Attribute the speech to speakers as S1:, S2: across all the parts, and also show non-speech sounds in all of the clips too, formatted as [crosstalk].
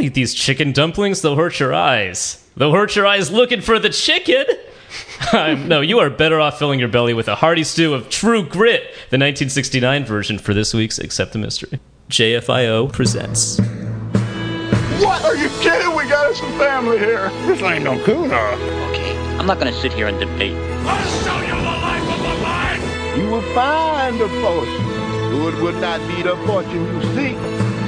S1: eat these chicken dumplings, they'll hurt your eyes. They'll hurt your eyes looking for the chicken. [laughs] I'm- no, you are better off filling your belly with a hearty stew of true grit, the 1969 version for this week's Accept the Mystery. JFIO presents.
S2: What? Are you kidding? We got us a family here. This ain't no cooler.
S3: Okay, I'm not gonna sit here and debate.
S2: You will find a fortune. Good would not be the fortune you seek.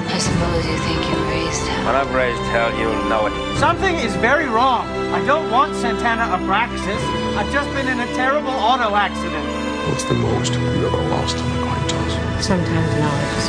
S4: I suppose you think you raised hell.
S3: When I've raised hell, you'll know it.
S5: Something is very wrong. I don't want Santana Abraxas. I've just been in a terrible auto accident.
S6: What's the most you ever lost on a coin toss?
S7: Sometimes knowledge is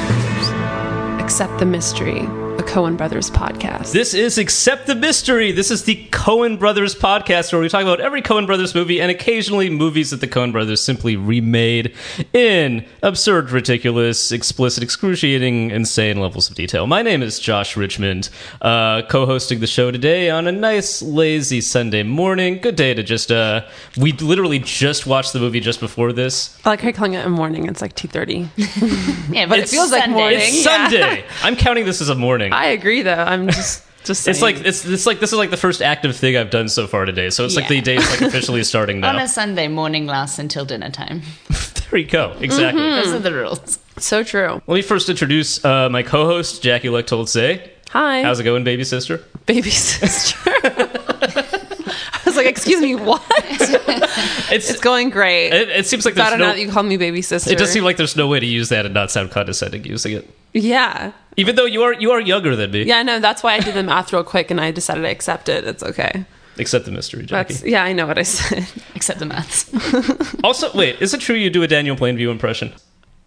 S7: fears.
S8: Accept the Mystery, a Cohen Brothers podcast.
S1: This is Accept the Mystery. This is the Cohen Brothers podcast where we talk about every Cohen Brothers movie and occasionally movies that the Cohen Brothers simply remade in absurd, ridiculous, explicit, excruciating, insane levels of detail. My name is Josh Richmond, uh, co hosting the show today on a nice, lazy Sunday morning. Good day to just, uh, we literally just watched the movie just before this.
S8: I like how you're calling it a morning. It's
S1: [laughs]
S8: like 2.30.
S7: Yeah, but it feels like morning.
S1: It's Sunday. I'm counting this as a morning.
S8: I agree, though. I'm just, just saying.
S1: It's like it's, it's like this is like the first active thing I've done so far today. So it's like the
S7: Yeah.
S1: day's like officially
S8: [laughs]
S1: starting now.
S7: On
S1: [laughs]
S7: a Sunday, morning lasts until dinner time.
S1: there you go. Exactly.
S8: Mm-hmm.
S7: Those are the rules.
S8: so true.
S1: Let me first introduce uh, my co-host Jackie Lechtoldse.
S8: Hi.
S1: How's it going, baby sister? [laughs]
S8: Baby sister. I was like, excuse me, what?
S1: It's,
S8: It's going great.
S1: it, it seems like
S8: I
S1: there's
S8: don't know
S1: no.
S8: that you called me baby sister.
S1: It does seem like there's no way to use that and not sound condescending using it.
S8: Yeah.
S1: Even though you are you are younger than me.
S8: Yeah, I know. That's why I did the math real quick and I decided to accept it. It's okay.
S1: Except the mystery, Jackie.
S8: That's, yeah, I know what I said. [laughs]
S7: Except the maths.
S1: Also, wait, is it true you do a Daniel Plainview impression?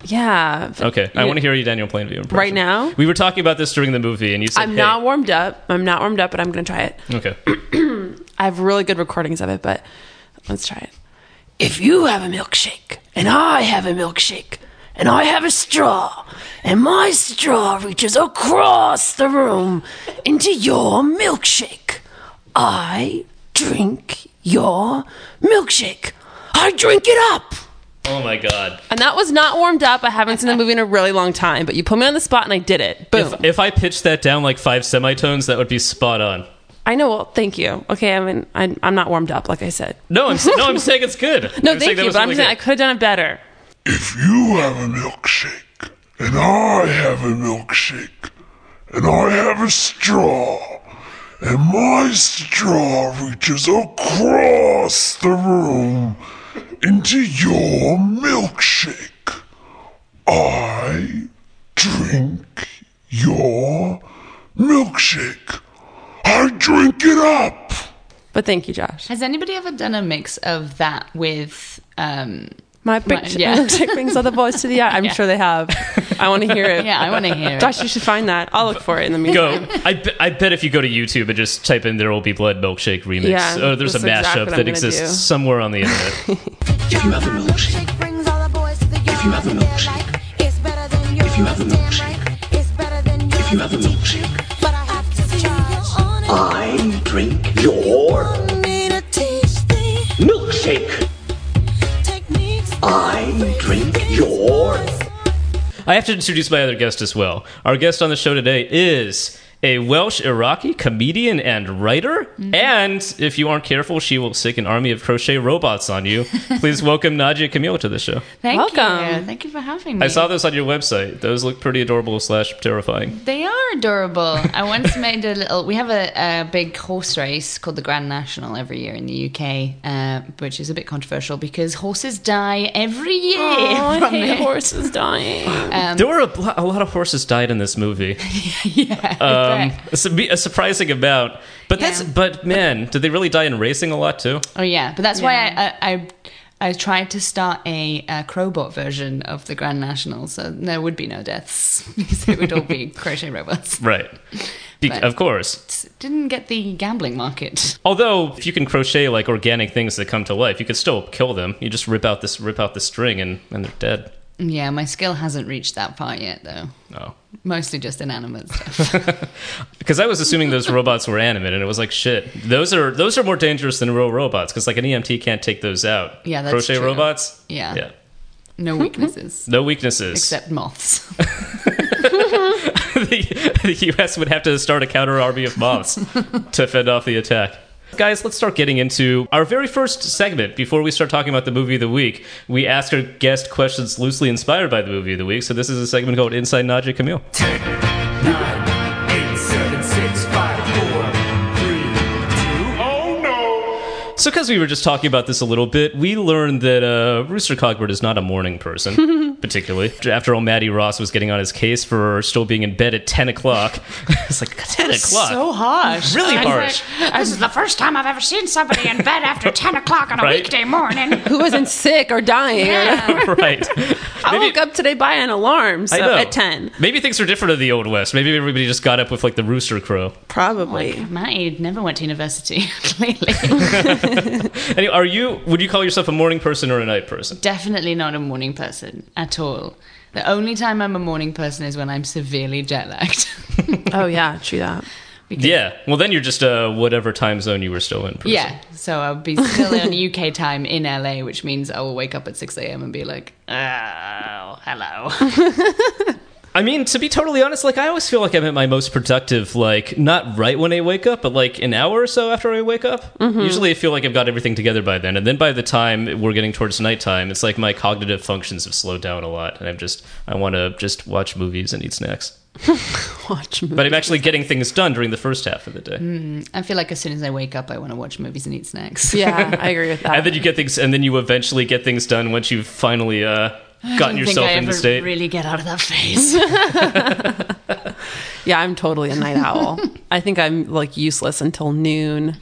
S8: Yeah. but
S1: Okay, I
S8: you-
S1: want to hear your Daniel Plainview impression
S8: Right now?
S1: We were talking about this during the movie, and you said,
S8: I'm
S1: hey.
S8: not warmed up. I'm not warmed up, but I'm going to try it.
S1: Okay. [clears throat]
S8: I have really good recordings of it, but let's try it. If you have a milkshake, and I have a milkshake, and I have a straw, and my straw reaches across the room into your milkshake, I drink your milkshake. I drink it up.
S1: Oh my god.
S8: And that was not warmed up. I haven't seen the movie in a really long time, but you put me on the spot and I did it. Boom.
S1: If, if I pitched that down like five semitones, that would be spot on.
S8: I know. Well, thank you. Okay, I mean, I'm, I'm not warmed up, like I said.
S1: No, I'm s- no, I'm saying it's good.
S8: [laughs] No,
S1: I'm saying that
S8: thank you,
S1: was
S8: but I'm
S1: really
S8: saying I
S1: good.
S8: could have done it better.
S6: If you have a milkshake, and I have a milkshake, and I have a straw, and my straw reaches across the room into your milkshake, I drink your milkshake. I drink it up.
S8: But thank you, Josh.
S7: Has anybody ever done a mix of that with um
S8: My picture [laughs]
S7: yeah.
S8: lipstick brings all the boys to the eye. I'm sure they have. I want to hear it.
S7: Yeah, I wanna hear it.
S8: Josh, you should find that. I'll look for it in the meantime.
S1: Go. I, be- I bet if you go to YouTube and just type in "There Will Be Blood" milkshake remix,
S8: Yeah,
S1: oh, there's a mashup
S8: that's exactly what I'm
S1: that
S8: gonna
S1: exists
S8: do.
S1: somewhere on the internet.
S8: [laughs]
S9: If you have a milkshake, brings all the boys to the yard. If you have a milkshake, it's better than yours. If you have a milkshake, it's better than yours. If you have a milkshake, but I have to charge. I drink your me to teach thee milkshake techniques. I drink your.
S1: I have to introduce my other guest as well. Our guest on the show today is a Welsh Iraqi comedian and writer.
S8: Mm-hmm.
S1: And if you aren't careful, she will sick an army of crochet robots on you. Please
S8: [laughs]
S1: welcome Nadia Camille to the show.
S7: Thank
S8: Welcome.
S7: you. Thank you for having me.
S1: I saw those on your website. Those look pretty adorable slash terrifying.
S7: They are adorable. I once made a little. We have a, a big horse race called the Grand National every year in the UK, uh, which is a bit controversial because horses die every year.
S8: Oh, I
S7: from
S8: hate
S7: it.
S8: horses dying.
S1: there were a, bl- a lot of horses died in this movie.
S7: [laughs] yeah,
S1: um,
S7: correct.
S1: a, su- a surprising amount. But that's
S7: Yeah.
S1: but man, did they really die in racing a lot too?
S7: Oh yeah, but that's why I. I, I I tried to start a, uh crowbot version of the Grand National, so there would be no deaths [laughs] because it would
S1: [laughs]
S7: all be crochet robots.
S1: Right. Be-
S7: But-
S1: of course.
S7: Didn't get the gambling market.
S1: Although if you can crochet like organic things that come to life, you could still kill them. You just rip out this rip out the string and and they're dead.
S7: Yeah, my skill hasn't reached that far yet, though.
S1: Oh.
S7: Mostly
S1: [laughs]
S7: just inanimate stuff.
S1: Because I was assuming those robots were animate, and it was like shit. Those are those are more dangerous than real robots. Because like an EMT can't take those out.
S7: Yeah, that's
S1: crochet
S7: true.
S1: robots.
S7: Yeah.
S1: yeah,
S7: No weaknesses
S1: no weaknesses.
S7: except moths.
S1: [laughs] the, the U.S. would have to start a counter army of
S8: [laughs]
S1: moths to fend off the attack. Guys, let's start getting into our very first segment. Before we start talking about the movie of the week, we ask our guest questions loosely inspired by the movie of the week. So this is a segment called Inside Najee Camille. So, because we were just talking about this a little bit, we learned that uh, Rooster Cogburn is not a morning
S8: [laughs]
S1: person, particularly. After all, Matty Ross was getting on his case for still being in bed at 10 o'clock. [laughs] it's like, 10 o'clock?
S7: So
S1: [laughs]
S7: harsh.
S1: really
S7: I'm
S8: [laughs]
S1: harsh.
S7: This is the first time I've ever seen somebody in bed after 10 o'clock on a
S1: Right?
S7: weekday morning.
S8: Who wasn't sick or dying?
S1: [laughs] right.
S8: I
S1: Maybe-
S8: woke up today by an alarm so
S1: I know.
S8: at 10.
S1: Maybe things are different in the Old West. Maybe everybody just got up with like the rooster crow.
S8: Probably.
S7: Matty never went to university, [laughs] clearly.
S1: Anyway, are you? Would you call yourself a morning person or a night person?
S7: Definitely not a morning person at all. The only time I'm a morning person is when I'm severely jet lagged. [laughs]
S8: Oh, yeah, true that.
S1: Yeah. Well, then you're just uh, whatever time zone you were still in. Person.
S7: yeah, so I'll be still [laughs] in UK time in LA, which means I will wake up at 6 a.m. and be like, oh, [laughs] hello.
S1: I mean, to be totally honest, like I always feel like I'm at my most productive, like not right when I wake up, but like an hour or so after I wake up.
S8: Mm-hmm.
S1: Usually, I feel like I've got everything together by then, and then by the time we're getting towards nighttime, it's like my cognitive functions have slowed down a lot, and I'm just I want to just watch movies and eat snacks.
S8: Watch me.
S1: But I'm actually getting things done during the first half of the day.
S7: I feel like as soon as I wake up, I want to watch movies and eat snacks.
S8: Yeah, I agree with that.
S1: and then you get things and then you eventually get things done once you've finally uh gotten [laughs] yourself
S7: I
S1: in the
S7: ever
S1: state
S7: really get out of [laughs] that phase.
S8: yeah, I'm totally a night owl. I think I'm like useless until noon.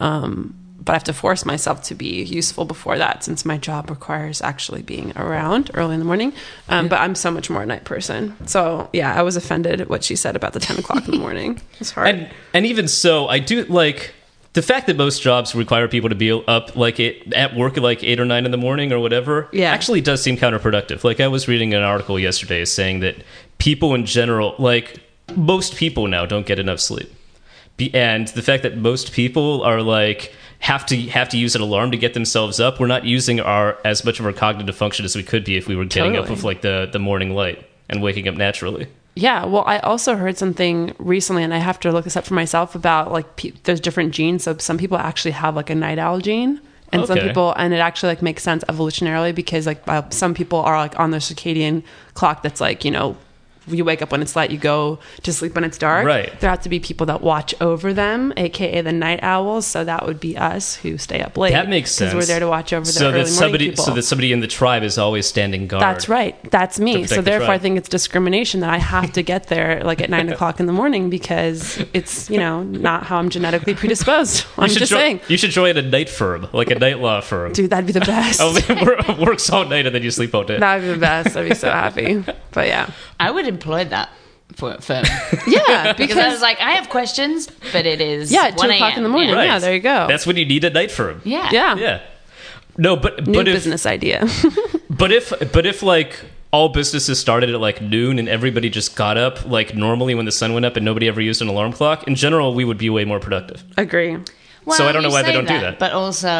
S8: Um, but I have to force myself to be useful before that since my job requires actually being around early in the morning. Um, But I'm so much more a night person. So yeah, I was offended at what she said about the 10 o'clock in the morning. It's hard.
S1: and and even so i do like the fact that most jobs require people to be up like it at work at like eight or nine in the morning or whatever
S8: Yeah.
S1: actually does seem counterproductive like i was reading an article yesterday saying that people in general like most people now don't get enough sleep Be- and the fact that most people are like have to have to use an alarm to get themselves up we're not using our as much of our cognitive function as we could be if we were getting up
S8: Totally.
S1: with like the the morning light and waking up naturally
S8: Yeah, well, I also heard something recently, and I have to look this up for myself about like pe- there's different genes. So some people actually have like a night owl gene, and some
S1: Okay.
S8: people, and it actually like makes sense evolutionarily because like uh, some people are like on their circadian clock that's like you know you wake up when it's light, you go to sleep when it's dark.
S1: Right.
S8: There have to be people that watch over them, aka the night owls. So that would be us who stay up late.
S1: That makes sense.
S8: because we're there to watch over the
S1: so
S8: early
S1: that somebody,
S8: morning people.
S1: so that somebody in the tribe is always standing guard.
S8: That's right. That's me.
S1: protect
S8: So
S1: the
S8: therefore, I
S1: tribe.
S8: think it's discrimination that I have to get there like at [laughs] nine o'clock in the morning because it's you know not how I'm genetically [laughs] predisposed. I'm
S1: You should
S8: just
S1: jo-
S8: saying,
S1: You should join a night firm, like a night law firm.
S8: dude, that'd be [laughs] the best.
S1: [laughs] Oh, man, wor- works all night and then you sleep all day.
S8: that'd be the best. I'd be so happy. But [laughs] yeah,
S7: I would employ that for firm. Because I
S8: yeah,
S7: [laughs] was
S8: because
S7: like, I have questions, but it is
S8: Yeah, two
S7: 1
S8: o'clock in the
S7: a.m.
S8: morning.
S7: Yeah.
S8: Right. yeah, there you go.
S1: That's when you need a night firm.
S7: Yeah.
S8: yeah,
S1: Yeah. No, but
S8: new
S1: but if
S8: business idea. [laughs]
S1: but if but if like all businesses started at like noon and everybody just got up like normally when the sun went up and nobody ever used an alarm clock, in general we would be way more productive.
S8: Agree.
S1: So I don't know
S7: you
S1: why they
S7: say
S1: don't do that.
S7: But also,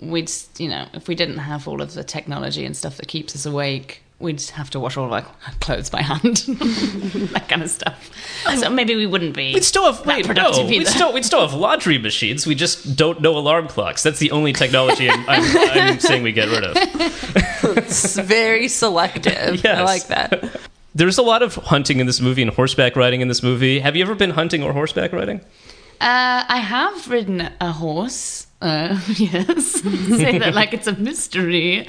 S7: we'd s- you know if we didn't have all of the technology and stuff that keeps us awake, we'd have to wash all of our [laughs] clothes by hand, [laughs] that kind of stuff. So maybe we wouldn't be.
S1: We'd still have
S7: that
S1: wait, no,
S7: productive
S1: we'd
S7: either.
S1: still we'd still have laundry machines. We just don't know alarm clocks. That's the only technology I'm, I'm,
S7: [laughs]
S1: I'm saying we get rid of.
S8: It's very selective.
S1: Yes.
S8: I like that.
S1: There's a lot of hunting in this movie and horseback riding in this movie. Have you ever been hunting or horseback riding?
S7: Uh, I have ridden a horse. Uh, [laughs] yes, say that like it's a mystery.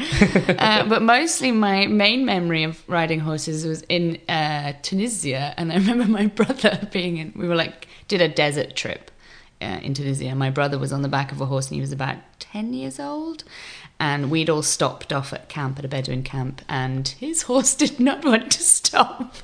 S7: Uh, but mostly, my main memory of riding horses was in uh, Tunisia, and I [laughs] remember my brother [laughs] being in. We were like did a desert trip uh, in Tunisia. My brother was on the back of a horse, and he was about ten years old. And we'd all stopped off at camp at a Bedouin camp, and his [laughs] horse did not want to stop,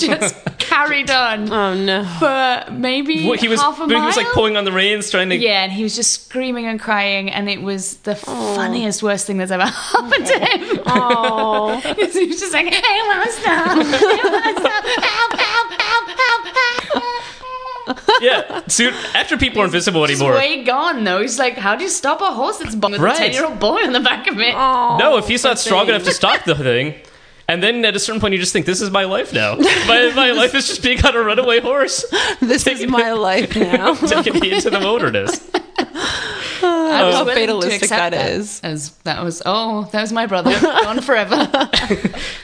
S1: [laughs]
S7: just carried on
S8: [laughs] Oh no.
S7: for maybe
S1: Well, he was
S7: half a
S1: he
S7: mile.
S1: was like pulling on the reins, trying to.
S7: Yeah, and he was just screaming and crying, and it was the funniest, worst thing that's ever [laughs] happened to him. [laughs]
S8: Oh. [laughs]
S7: he was just like, "Hey, monster! Hey, monster! Help! Help! Help! Help! Help!"
S1: [laughs] yeah. Soon after people are invisible
S7: He's
S1: anymore.
S7: way gone though. He's like, "How do you stop a horse that's bombed with
S1: Right.
S8: Oh,
S7: a ten-year-old boy on the back of it?"
S1: no, if he's not strong enough to stop the thing. And then at a certain point, you just think, "This is my life
S7: [laughs]
S1: now. My, my life is just being on a runaway horse,
S8: This is my life [laughs]
S1: [laughs]
S8: now.
S1: taking me into the wilderness."
S7: I was
S8: how
S7: willing to
S8: fatalistic
S7: accept
S8: that is.
S7: As that was, oh, that was my brother [laughs] gone forever.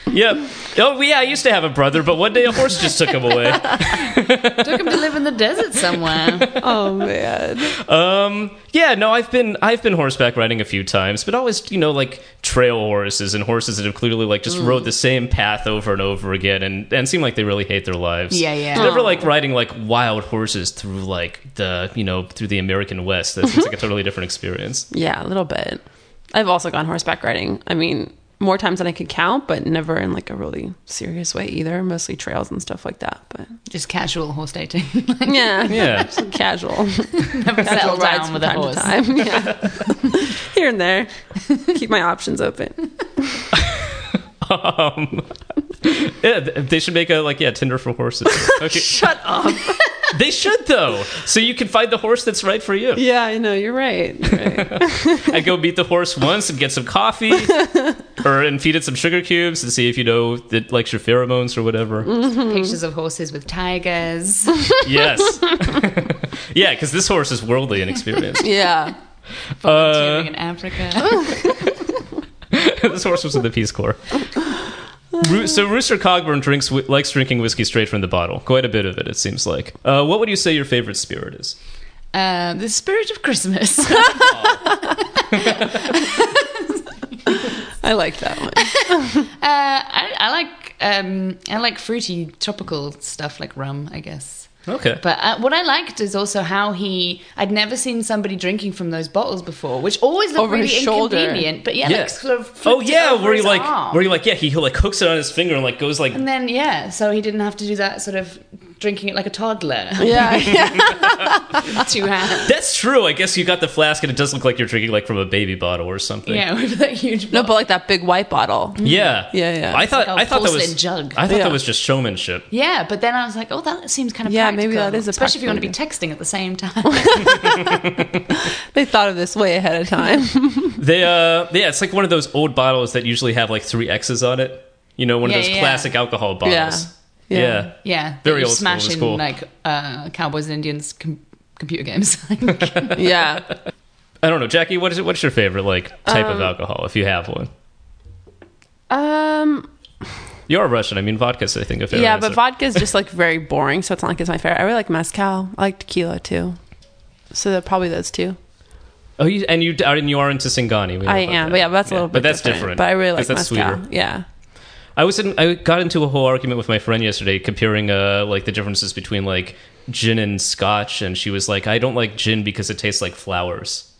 S1: Yep. Oh, yeah. I used to have a brother, but one day a horse just took him away.
S7: Took him to live in the desert somewhere.
S8: oh man.
S1: Um, yeah, no, I've been I've been horseback riding a few times, but always you know like trail horses and horses that have clearly like just rode the same path over and over again, and and seem like they really hate their lives.
S7: Yeah, yeah.
S1: It's Never like riding like wild horses through like the you know through the American West. That seems like a totally different experience.
S8: Yeah, a little bit. I've also gone horseback riding. I mean, more times than I could count, but never in like a really serious way either. Mostly trails and stuff like that. [laughs] But
S7: Just casual horse dating. [laughs]
S8: yeah, [laughs]
S1: Yeah.
S8: Just casual.
S7: Never settle
S8: Casual rides
S7: down
S8: from
S7: with a
S8: time to
S7: horse.
S8: time. Yeah. [laughs] Here and there. Keep my options open.
S1: Um, [laughs] yeah, th- they should make a like yeah Tinder for horses. Okay,
S8: Shut up.
S1: they should though, so you can find the horse that's right for you.
S8: Yeah, I know. You're right. You're right.
S1: I go beat the horse once and get some
S7: [laughs]
S1: coffee, or and feed it some sugar cubes and see if you know it likes your pheromones or
S7: [laughs]
S1: whatever.
S7: Pictures of horses with tigers.
S1: yes, [laughs] yeah, because this horse is worldly and experienced.
S8: yeah.
S7: [laughs]
S8: Uh.
S7: Volunteering in
S8: [laughs]
S7: Africa.
S8: Oh.
S1: Uh, [laughs] this horse was in the Peace Corps. Roo- so Rooster Cogburn drinks whi- likes drinking whiskey straight from the bottle. Quite a bit of it, it seems like. Uh, what would you say your favorite spirit is?
S7: Uh, the spirit of
S8: [laughs]
S7: Christmas. Uh,
S8: I like that one.
S7: Uh, I, I like um, I like fruity tropical stuff like rum, I guess.
S1: Okay,
S7: But uh, what I liked is also how he. I'd never seen somebody drinking from those bottles before, which always looked
S8: Over
S7: really
S8: his shoulder.
S7: inconvenient. But yeah,
S1: Yeah.
S7: like sort of.
S1: oh
S7: flipped it
S1: yeah,
S7: over
S1: where you
S7: his
S1: like
S7: arm.
S1: where you like yeah he like hooks it on his finger and like goes like
S7: And then yeah, so he didn't have to do that sort of drinking it like a
S8: [laughs]
S7: toddler.
S8: [laughs]
S7: [laughs]
S8: Yeah. yeah.
S7: Two hands.
S1: that's true. I guess you got the flask and it does look like you're drinking like from a baby bottle or something.
S7: Yeah, with that huge.
S8: No, but like that big white bottle.
S1: Yeah,
S8: [laughs] Yeah, yeah.
S1: I thought
S7: It's like a
S1: I thought that was
S7: porcelain jug.
S1: I thought
S8: Yeah.
S1: that was just showmanship.
S7: Yeah, but then I was like, oh, that seems kind of
S8: Yeah,
S7: practical.
S8: maybe that is a
S7: especially if you want to be
S8: practical
S7: texting at the same time.
S8: They thought of this way ahead of time.
S1: They uh, yeah, it's like one of those old bottles that usually have like three X's on it. You know, one
S7: Yeah,
S1: of those
S7: yeah.
S1: classic alcohol bottles. Yeah.
S8: Yeah.
S1: yeah.
S7: yeah,
S1: Very
S7: you
S1: old school,
S7: smash
S1: it's
S7: in
S1: cool.
S7: like uh, Cowboys and Indians com- computer games.
S1: [laughs]
S7: [laughs]
S8: [laughs] [laughs] Yeah.
S1: I don't know, Jackie. What is it? What's your favorite like type
S7: Um,
S1: of alcohol, if you have one?
S8: Um,
S1: You are Russian. I mean, vodka's I think a fair
S8: yeah,
S1: answer.
S8: but vodka is just like very boring, so it's not like it's my favorite. I really like mezcal. I like tequila too. So that probably those two.
S1: Oh, you, and you are and you are into Singani. we know
S8: I
S1: about
S8: am,
S1: that.
S8: but yeah, but that's a little bit.
S1: But that's different.
S8: But I really
S1: 'cause
S8: like
S1: that's
S8: mezcal.
S1: sweeter.
S8: Yeah.
S1: I was in, I got into a whole argument with my friend yesterday comparing uh like the differences between like gin and scotch and she was like I don't like gin because it tastes like flowers.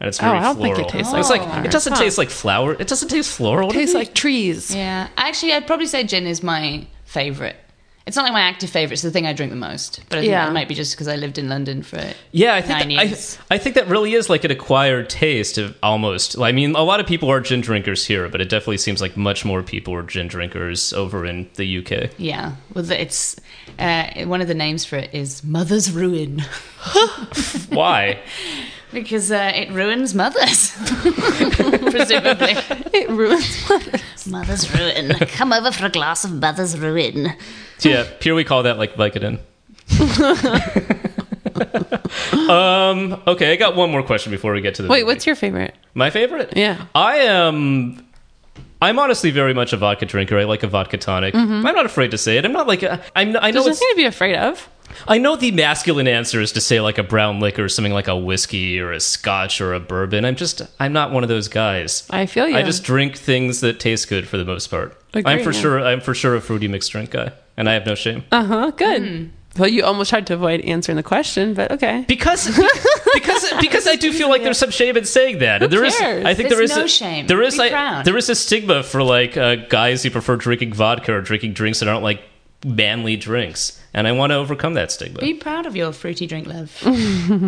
S1: And it's
S8: Oh,
S1: very
S8: I don't
S1: floral.
S8: think it tastes
S1: I was
S8: like
S1: like it
S8: flowers,
S1: doesn't
S8: huh.
S1: taste like flower. It doesn't taste floral. to
S8: Tastes
S1: me.
S8: like trees.
S7: yeah, actually, I'd probably say gin is my favorite. It's not like my active favorite; it's the thing I drink the most. But I think
S8: Yeah.
S7: that might be just because I lived in London for it.
S1: Yeah, I think that,
S7: 90s.
S1: I, I think that really is like an acquired taste of almost. I mean, a lot of people are gin drinkers here, but it definitely seems like much more people are gin drinkers over in the UK.
S7: Yeah, well, the- it's uh, one of the names for it is Mother's Ruin [laughs]
S8: [laughs]
S1: Why?
S7: because uh, it ruins mothers, [laughs] presumably.
S8: [laughs] It ruins.
S7: [laughs] mother's Ruin. Come over for a glass of Mother's Ruin.
S1: So, yeah, here we call that like
S8: [laughs]
S1: Vicodin. um. Okay, I got one more question before we get to the
S8: Wait, what's your favorite?
S1: my favorite?
S8: Yeah.
S1: I am. I'm honestly very much a vodka drinker. I like a vodka tonic.
S8: Mm-hmm.
S1: I'm not afraid to say it. I'm not like a, I'm. I know
S8: There's
S1: it's,
S8: nothing to be afraid of.
S1: I know the masculine answer is to say like a brown liquor, or something like a whiskey or a scotch or a bourbon. I'm just I'm not one of those guys.
S8: I feel you.
S1: I just drink things that taste good for the most part.
S8: Agree,
S1: I'm for
S8: yeah.
S1: sure I'm for sure a fruity mixed drink guy, and I have no shame.
S8: Uh huh. Good. Well, you almost tried to avoid answering the question, but okay.
S1: because
S7: [laughs]
S1: because because I do feel like there's some shame in saying that.
S8: Who
S1: There is-
S8: cares?
S1: I think
S7: There's
S1: there is
S7: no
S1: a,
S7: shame.
S1: There is
S7: Be
S1: like-
S7: proud.
S1: there is a stigma for like uh, guys who prefer drinking vodka or drinking drinks that aren't like manly drinks, and I want to overcome that stigma.
S7: Be proud of your fruity drink, love.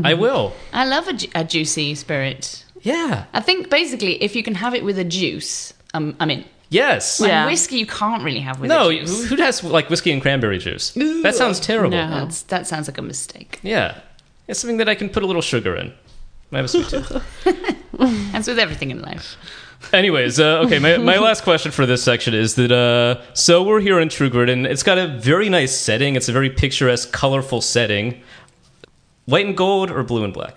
S1: I will.
S7: I love a, ju- a juicy spirit.
S1: Yeah.
S7: I think basically, if you can have it with a juice, um, I mean,
S1: Yes.
S8: Yeah.
S7: whiskey you can't really have with
S1: No,
S7: a
S1: who
S7: juice.
S1: who has like whiskey and cranberry juice? that sounds terrible.
S8: No.
S7: That's, that sounds like a mistake.
S1: Yeah, it's something that I can put a little sugar in. I have a sweet tooth. [laughs]
S7: That's with everything in life.
S1: Anyways, uh, okay, my,
S7: [laughs]
S1: my last question for this section is that uh, so we're here in True Grit, and it's got a very nice setting. It's a very picturesque, colorful setting. White and gold or blue and black?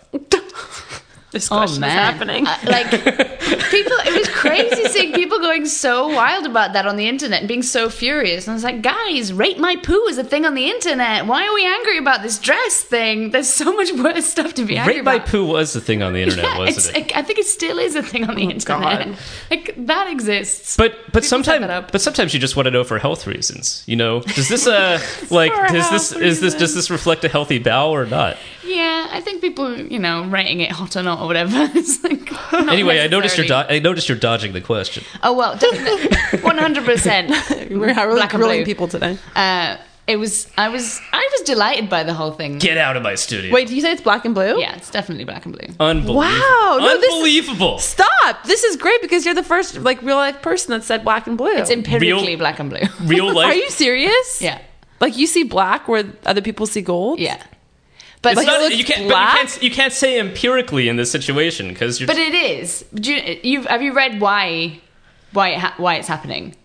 S8: This
S7: Oh
S8: question
S7: man,
S8: is happening.
S7: I- like people, it was crazy seeing people going so wild about that on the internet and being so furious. And I was like, guys, rate my poo is a thing on the internet. Why are we angry about this dress thing? There's so much worse stuff to be angry
S1: Rape by
S7: about.
S1: poo was the thing on the internet,
S7: [laughs] Yeah, it's,
S1: wasn't it? Oh,
S7: I think it still is a thing on the internet.
S8: God.
S7: Like that exists.
S1: But but
S7: set that
S1: sometimes
S7: up.
S1: but sometimes you just want to know for health reasons, you know. Does this uh like
S7: [laughs] For
S1: does this
S7: health
S1: is this does this reflect a healthy bowel or not?
S7: yeah, I think people, you know, rating it hot or not or whatever. [laughs] It's like not
S1: Anyway, I noticed you're
S7: necessarily-
S1: do- I noticed you're dodging the question.
S7: Oh well, [laughs] definitely, one hundred percent.
S8: [laughs] We're really
S7: Black and
S8: grilling
S7: blue.
S8: people today.
S7: Uh, It was, I was, I was delighted by the whole thing.
S1: Get out of my studio.
S8: Wait, do you say it's black and blue?
S7: Yeah, it's definitely black and blue.
S1: Unbelievable.
S8: Wow, no, this is-
S1: Unbelievable.
S8: Stop! This is great because you're the first like real life person that said black and blue.
S7: It's empirically
S1: Real-
S7: black and blue. [laughs]
S1: Real life.
S8: [laughs] Are you serious?
S7: yeah,
S8: Like you see black where other people see gold.
S7: yeah. But
S1: It's
S7: but-
S1: not-
S8: it's
S1: you can't, but
S8: black?
S1: you can't you can't say empirically in this situation because you're
S7: but it is. Do you, you've have you read why why it ha- why it's happening?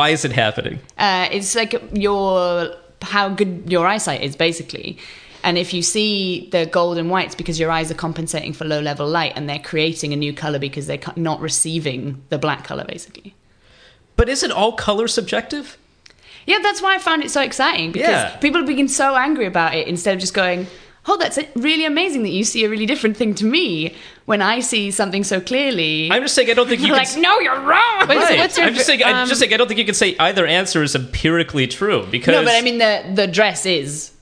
S1: why is it happening?
S7: Uh, it's like your how good your eyesight is basically. And if you see the gold and whites because your eyes are compensating for low level light and they're creating a new color because they're co- not receiving the black color basically.
S1: But isn't all color subjective?
S7: Yeah, that's why I found it so exciting because
S1: Yeah.
S7: people have been so angry about it instead of just going, oh, that's really amazing that you see a really different thing to me when I see something so clearly.
S1: I'm just saying I don't think you
S7: You're
S1: can
S7: [laughs]
S1: s-
S7: like, no, you're wrong.
S8: Wait, so
S1: Right.
S8: what's your um,
S1: I'm just saying. I'm just saying. I don't think you can say either answer is empirically true because
S7: um, no, but I mean, the, the dress is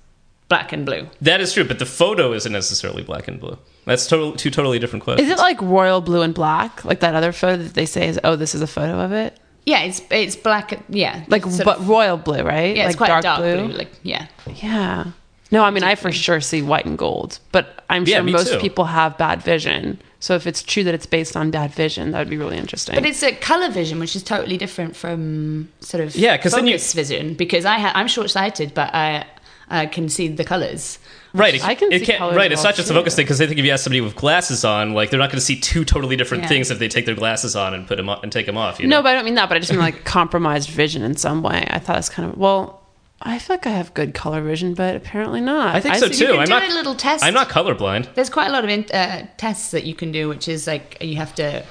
S7: black and blue.
S1: that is true. But the photo isn't necessarily black and blue. That's total, two totally different questions.
S8: Is it like royal blue and black? Like that other photo that they say is oh this is a photo of it.
S7: Yeah, it's it's black. Yeah,
S8: Like
S7: sort
S8: but
S7: of-
S8: royal blue, right?
S7: yeah,
S8: like
S7: it's quite dark, blue. Like yeah,
S8: Yeah. No, I mean I for sure see white and gold, but I'm
S1: Yeah,
S8: sure
S1: me
S8: most
S1: too.
S8: people have bad vision. So if it's true that it's based on bad vision, that would be really interesting.
S7: but it's a color vision, which is totally different from sort of
S1: Yeah, 'cause then you-
S7: focus vision. Because I ha- I'm short sighted, but I I can see the colors.
S1: right. It,
S8: I can
S1: it
S8: see
S1: can't,
S8: colors
S1: right. It's
S8: well,
S1: not just a
S8: too.
S1: focus thing because I think if you ask somebody with glasses on, like they're not going to see two totally different
S7: Yeah.
S1: things if they take their glasses on and put them on, and take them off. You know?
S8: no, but I don't mean that, but I just mean like [laughs] compromised vision in some way. I thought it's kind of well, I feel like I have good color vision, but apparently not.
S1: I think so
S8: see-
S1: too.
S7: you can
S1: I'm
S7: do
S1: not
S7: a little test.
S1: I'm not colorblind.
S7: There's quite a lot of in, uh, tests that you can do, which is like you have to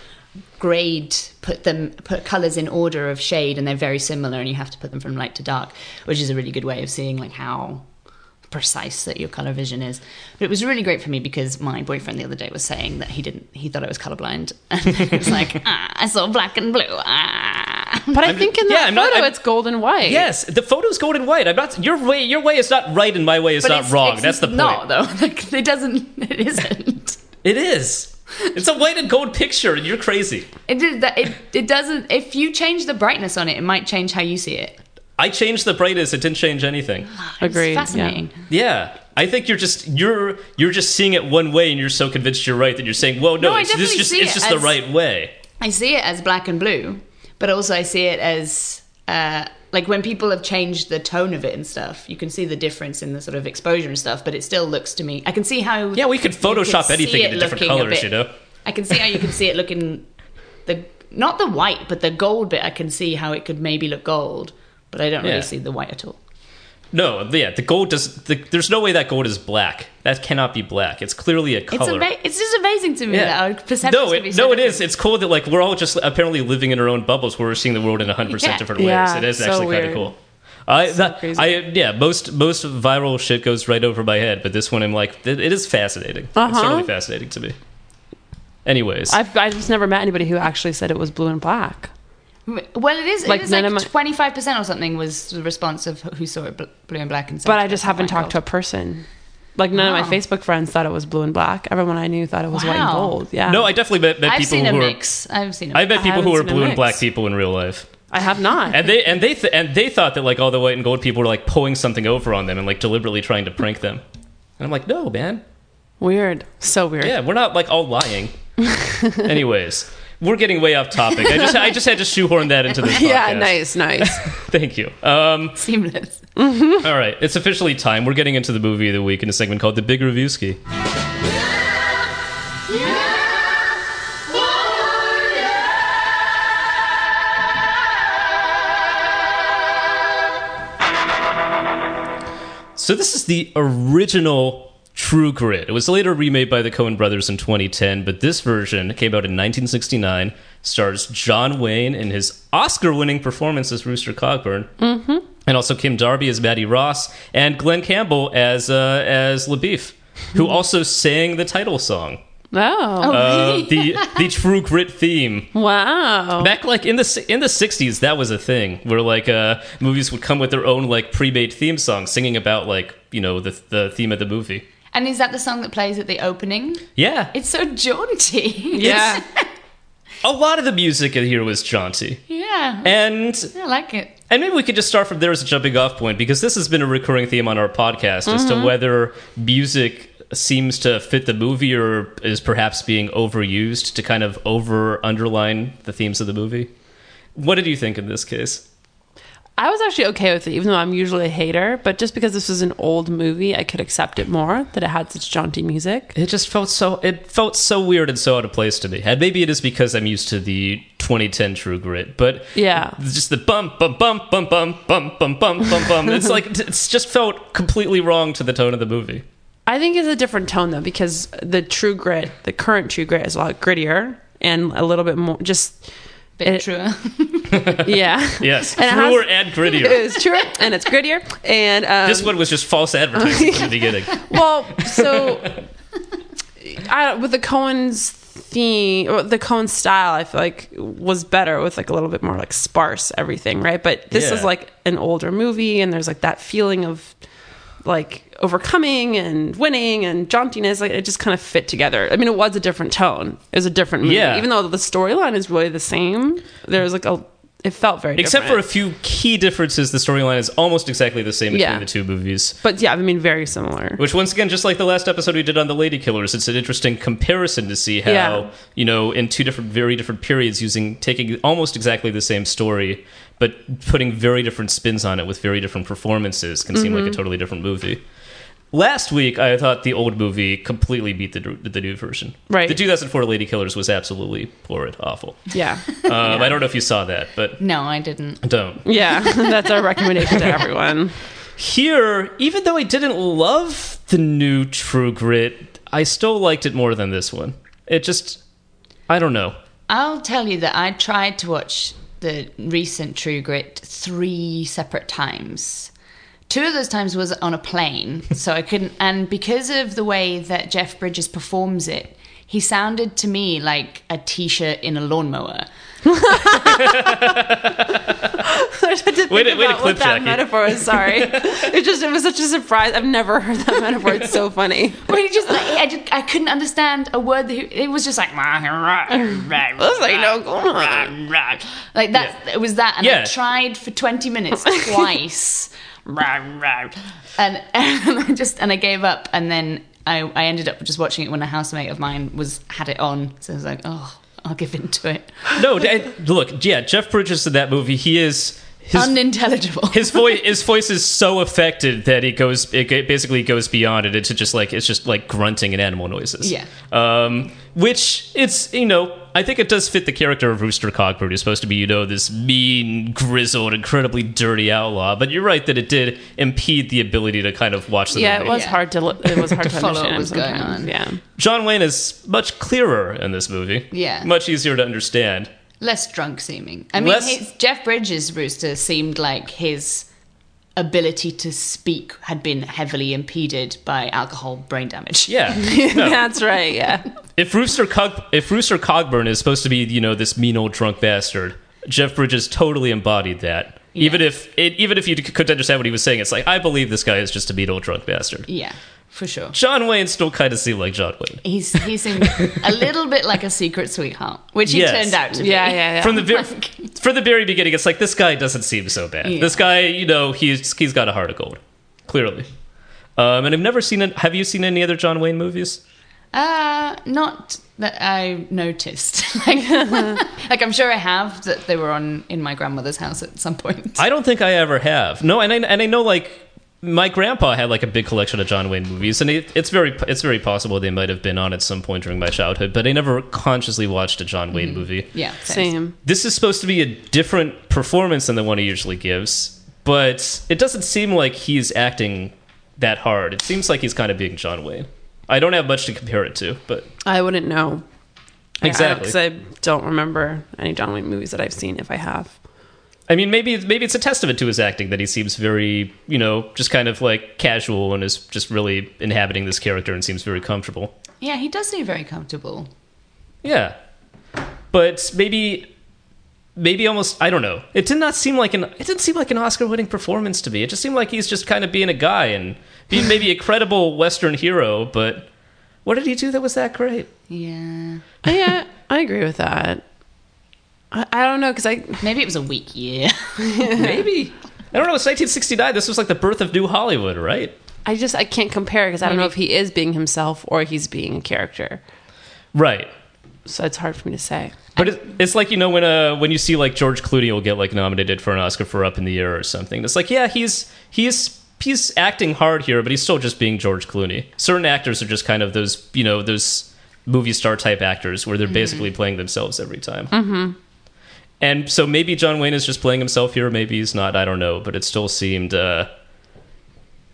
S7: grade, put them, put colors in order of shade, and they're very similar, and you have to put them from light to dark, which is a really good way of seeing like how precise that your color vision is. But it was really great for me because my boyfriend the other day was saying that he didn't, he thought I was colorblind, [laughs] and it's
S1: [laughs]
S7: like ah, I saw black and blue. Ah.
S8: But I think in
S1: yeah,
S8: that
S1: I'm not-
S8: photo
S1: I'm-
S8: it's gold and white.
S1: Yes, the photo's gold and white. I'm not your way. Your way is not right, and my way is
S7: But
S1: not
S7: it's-
S1: wrong.
S7: it's
S1: That's the point.
S7: Not though. [laughs] Like it doesn't. It
S1: [laughs]
S7: isn't.
S1: It is. It's a white and gold picture, and you're crazy.
S7: It, did that, it it doesn't. If you change the brightness on it, it might change how you see it.
S1: I changed the brightness. It didn't change anything.
S8: Agreed.
S7: It's fascinating.
S1: Yeah, I think you're just you're you're just seeing it one way, and you're so convinced you're right that you're saying, "Well, no,
S7: No, I
S1: it's this
S7: definitely
S1: just
S7: see
S1: it's
S7: it
S1: just the
S7: as-
S1: right way."
S7: I see it as black and blue, but also I see it as uh, like when people have changed the tone of it and stuff, you can see the difference in the sort of exposure and stuff. But it still looks to me, I can see how.
S1: Yeah, we could
S7: you
S1: Photoshop
S7: see
S1: anything
S7: it
S1: into different
S7: looking a
S1: colors,
S7: bit-
S1: you know.
S7: I can see how you can see it looking the not the white, but the gold bit. I can see how it could maybe look gold, but I don't
S1: Yeah.
S7: really see the white at all.
S1: No, yeah, the gold does. The, there's no way that gold is black. That cannot be black. It's clearly a
S7: It's,
S1: color.
S7: ama- it's just amazing to me that our perception.
S1: no, it, no, it is. It's cool that like we're all just apparently living in our own bubbles. Where we're seeing the world in hundred percent
S7: Yeah.
S1: different ways.
S8: Yeah,
S1: it is
S8: so
S1: actually kind of
S8: weird.
S1: cool. I, that,
S8: crazy.
S1: I, yeah, most most viral shit goes right over my head, but this one I'm like, it, it is fascinating. It's
S8: Uh-huh.
S1: totally fascinating to me. Anyways,
S8: I've I've just never met anybody who actually said it was blue and black.
S7: Well, it is.
S8: Like,
S7: Like,
S8: none of my-
S7: twenty five percent or something was the response of who saw it bl- blue and black and.
S8: But I just haven't talked to a person. Like none of
S7: Wow.
S8: my Facebook friends thought it was blue and black. Everyone I knew thought it was white and
S7: Wow.
S8: gold. Yeah.
S1: no, I definitely met, met
S7: I've
S1: people
S7: seen a
S1: who are.
S7: mix. I've seen. A
S1: I met people
S8: haven't
S1: who are
S8: seen a
S1: blue and
S8: mix.
S1: black people in real life,
S8: I have not.
S1: and they and they th- and they thought that like all the white and gold people were like pulling something over on them and like deliberately trying to prank them. And I'm like, no, man,
S8: weird. So weird. [laughs]
S1: Yeah, we're not like all lying. Anyways, we're getting way off topic. I just I just had to shoehorn that into this. Podcast.
S8: [laughs] Yeah, nice, nice.
S1: [laughs] Thank you. Um,
S7: [laughs] seamless.
S1: [laughs] all right, it's officially time. We're getting into the movie of the week in a segment called the Big Reviewski. So this is the original True Grit. It was later remade by the Coen brothers in 2010, but this version came out in 1969, stars John Wayne in his Oscar-winning performance as Rooster Cogburn. Mm-hmm. And also Kim Darby as Maddie Ross and Glenn Campbell as uh, as LaBeef, who also sang the title song
S7: Oh,
S8: Oh,
S1: of
S7: really?
S1: the the True Grit theme
S8: wow.
S1: back like in the in the 60s that was a thing where like uh movies would come with their own like pre-made theme song singing about like you know the the theme of the movie
S7: And is that the song that plays at the opening?
S1: yeah
S7: It's [laughs] so jaunty.
S8: Yeah.
S1: a lot of the music in here was jaunty
S7: [laughs] yeah.
S1: and
S7: I like it.
S1: and maybe we could just start from there as a jumping off point because this has been a recurring theme on our podcast as to whether music seems to fit the movie or is perhaps being overused to kind of over underline the themes of the movie what did you think in this case
S8: I was actually okay with it, even though I'm usually a hater. But just because this was an old movie, I could accept it more that it had such jaunty music.
S1: It just felt so. It felt so weird and so out of place to me. And maybe it is because I'm used to the 2010 True Grit, but
S8: Yeah.
S1: it's just the bump, bump, bump, bump, bump, bump, bump, bump, bump, bump. [laughs] It's like it's just felt completely wrong to the tone of the movie.
S8: I think it's a different tone though, because the True Grit, the current True Grit, is a lot grittier and a little bit more just
S7: Bit
S8: It-
S7: truer.
S1: [laughs]
S8: yeah.
S1: Yes,
S8: And it has-
S1: truer and grittier.
S8: It's truer and it's grittier and um,
S1: This one was just false advertising from the
S8: [laughs]
S1: beginning.
S8: Well,
S1: [laughs]
S8: so I, with the Cohen's theme, or the Cohen style, I feel like was better with like a little bit more like sparse everything, right? But this is
S1: Yeah.
S8: like an older movie, and there's like that feeling of like overcoming and winning and jauntiness. Like it just kind of fit together. I mean, it was a different tone. It was a different movie,
S1: Yeah.
S8: even though the storyline is really the same. There's like a it felt very
S1: Except for a
S8: different.
S1: few key differences, the storyline is almost exactly the same between
S8: Yeah.
S1: the two movies.
S8: But yeah, I mean, very similar.
S1: Which, once again, just like the last episode we did on the Lady Killers, it's an interesting comparison to see how
S8: Yeah.
S1: you know in two different, very different periods, using taking almost exactly the same story, but putting very different spins on it with very different performances can seem
S8: Mm-hmm.
S1: like a totally different movie. Last week, I thought the old movie completely beat the the new version.
S8: Right.
S1: the 2004 Lady Killers was absolutely horrid, awful.
S8: Yeah,
S1: Um, I don't know if you saw that, but
S7: [laughs] No, I didn't.
S1: don't.
S8: yeah, [laughs] that's our [laughs] recommendation to everyone.
S1: Here, even though I didn't love the new True Grit, I still liked it more than this one. It just, I don't know.
S7: I'll tell you that I tried to watch the recent True Grit three separate times. Two of those times was on a plane, so I couldn't. And because of the way that Jeff Bridges performs it, he sounded to me like a t shirt in a lawnmower.
S8: I had to think
S1: Way to- way to
S8: about
S1: clip,
S8: what that
S1: Jackie.
S8: metaphor
S1: [laughs]
S8: was. Sorry, it just it was such a surprise. I've never heard that metaphor. It's so funny.
S7: But he just, like, I, just, I couldn't understand a word that he, it was just like,
S8: It's like no, go on.
S7: like that. It was that, and
S1: Yeah.
S7: I tried for twenty minutes twice, and and [laughs] I just and I gave up, and then I I ended up just watching it when a housemate of mine was had it on, so I was like, oh, I'll give in to it.
S1: No, d- I- look, yeah, Jeff Bridges in that movie, he is his
S7: Unintelligible.
S1: his
S7: [laughs]
S1: voice his voice is so affected that it goes it g- basically goes beyond it into just like it's just like grunting and animal noises.
S7: Yeah.
S1: Um, which it's you know I think it does fit the character of Rooster Cogburn, who's supposed to be you know this mean, grizzled, incredibly dirty outlaw. But you're right that it did impede the ability to kind of watch the
S8: Yeah, it
S1: movie.
S8: was
S7: Yeah.
S8: hard to li- it was hard [laughs] to,
S7: follow what
S8: understand
S7: was going
S8: sometimes,
S7: on.
S8: Yeah,
S1: John Wayne is much clearer in this movie.
S7: Yeah.
S1: much easier to understand.
S7: less drunk seeming. I mean,
S1: Less-
S7: his, Jeff Bridges' Rooster seemed like his ability to speak had been heavily impeded by alcohol brain damage. [laughs]
S1: Yeah,
S8: [laughs] that's right. Yeah,
S1: if Rooster Cog- if Rooster Cogburn is supposed to be you know this mean old drunk bastard, Jeff Bridges totally embodied that. Even if it, even if you c- couldn't understand what he was saying, it's like I believe this guy is just a mean old drunk bastard.
S7: Yeah, for
S1: [laughs]
S7: sure.
S1: John Wayne still kind of seemed like John Wayne.
S7: He's he seemed a little bit like a secret sweetheart, which he
S1: Yes.
S7: turned out to be.
S8: yeah, yeah. yeah.
S7: [laughs]
S1: From the very, from the very beginning, it's like this guy doesn't seem so bad.
S7: Yeah.
S1: This guy, you know, he's he's got a heart of gold, clearly. Um, and I've never seen. An, have you seen any other John Wayne movies?
S7: Uh, not that I noticed. [laughs] like, like I'm sure I have that they were on in my grandmother's house at some point.
S1: I don't think I ever have. No, and I and I know like my grandpa had like a big collection of John Wayne movies, and it, it's very it's very possible they might have been on at some point during my childhood, but I never consciously watched a John Wayne movie.
S7: [laughs] yeah,
S8: same.
S1: This is supposed to be a different performance than the one he usually gives, but it doesn't seem like he's acting that hard. It seems like he's kind of being John Wayne. I don't have much to compare it to, but
S10: I wouldn't know
S1: exactly.
S10: because I, don't remember any John Wayne movies that I've seen. If I
S1: [laughs]
S10: have,
S1: I mean, maybe it's- maybe it's a testament to his acting that he seems very, you know, just kind of like casual and is just really inhabiting this character and seems very comfortable.
S7: Yeah, he does seem very comfortable.
S1: Yeah, but maybe, maybe almost I don't know. It did not seem like an it didn't seem like an Oscar-winning performance to me. It just seemed like he's just kind of being a guy and being maybe a credible Western hero. But what did he do that was that great?
S7: Yeah.
S10: yeah, I agree with that. I, I don't know because I
S7: Maybe it was a weak year. [laughs]
S1: Maybe I don't know. It's 1969. This was like the birth of new Hollywood, right?
S10: I just I can't compare because I don't know if he is being himself or he's being a character.
S1: Right.
S10: So it's hard for me to say.
S1: But it, it's like you know when uh when you see like George Clooney will get like nominated for an Oscar for Up in the Air or something. It's like yeah he's he's he's acting hard here, but he's still just being George Clooney. Certain actors are just kind of those you know those movie star type actors where they're basically playing themselves every time. Mm-hmm. And so maybe John Wayne is just playing himself here. Maybe he's not. I don't know. But it still seemed. Uh,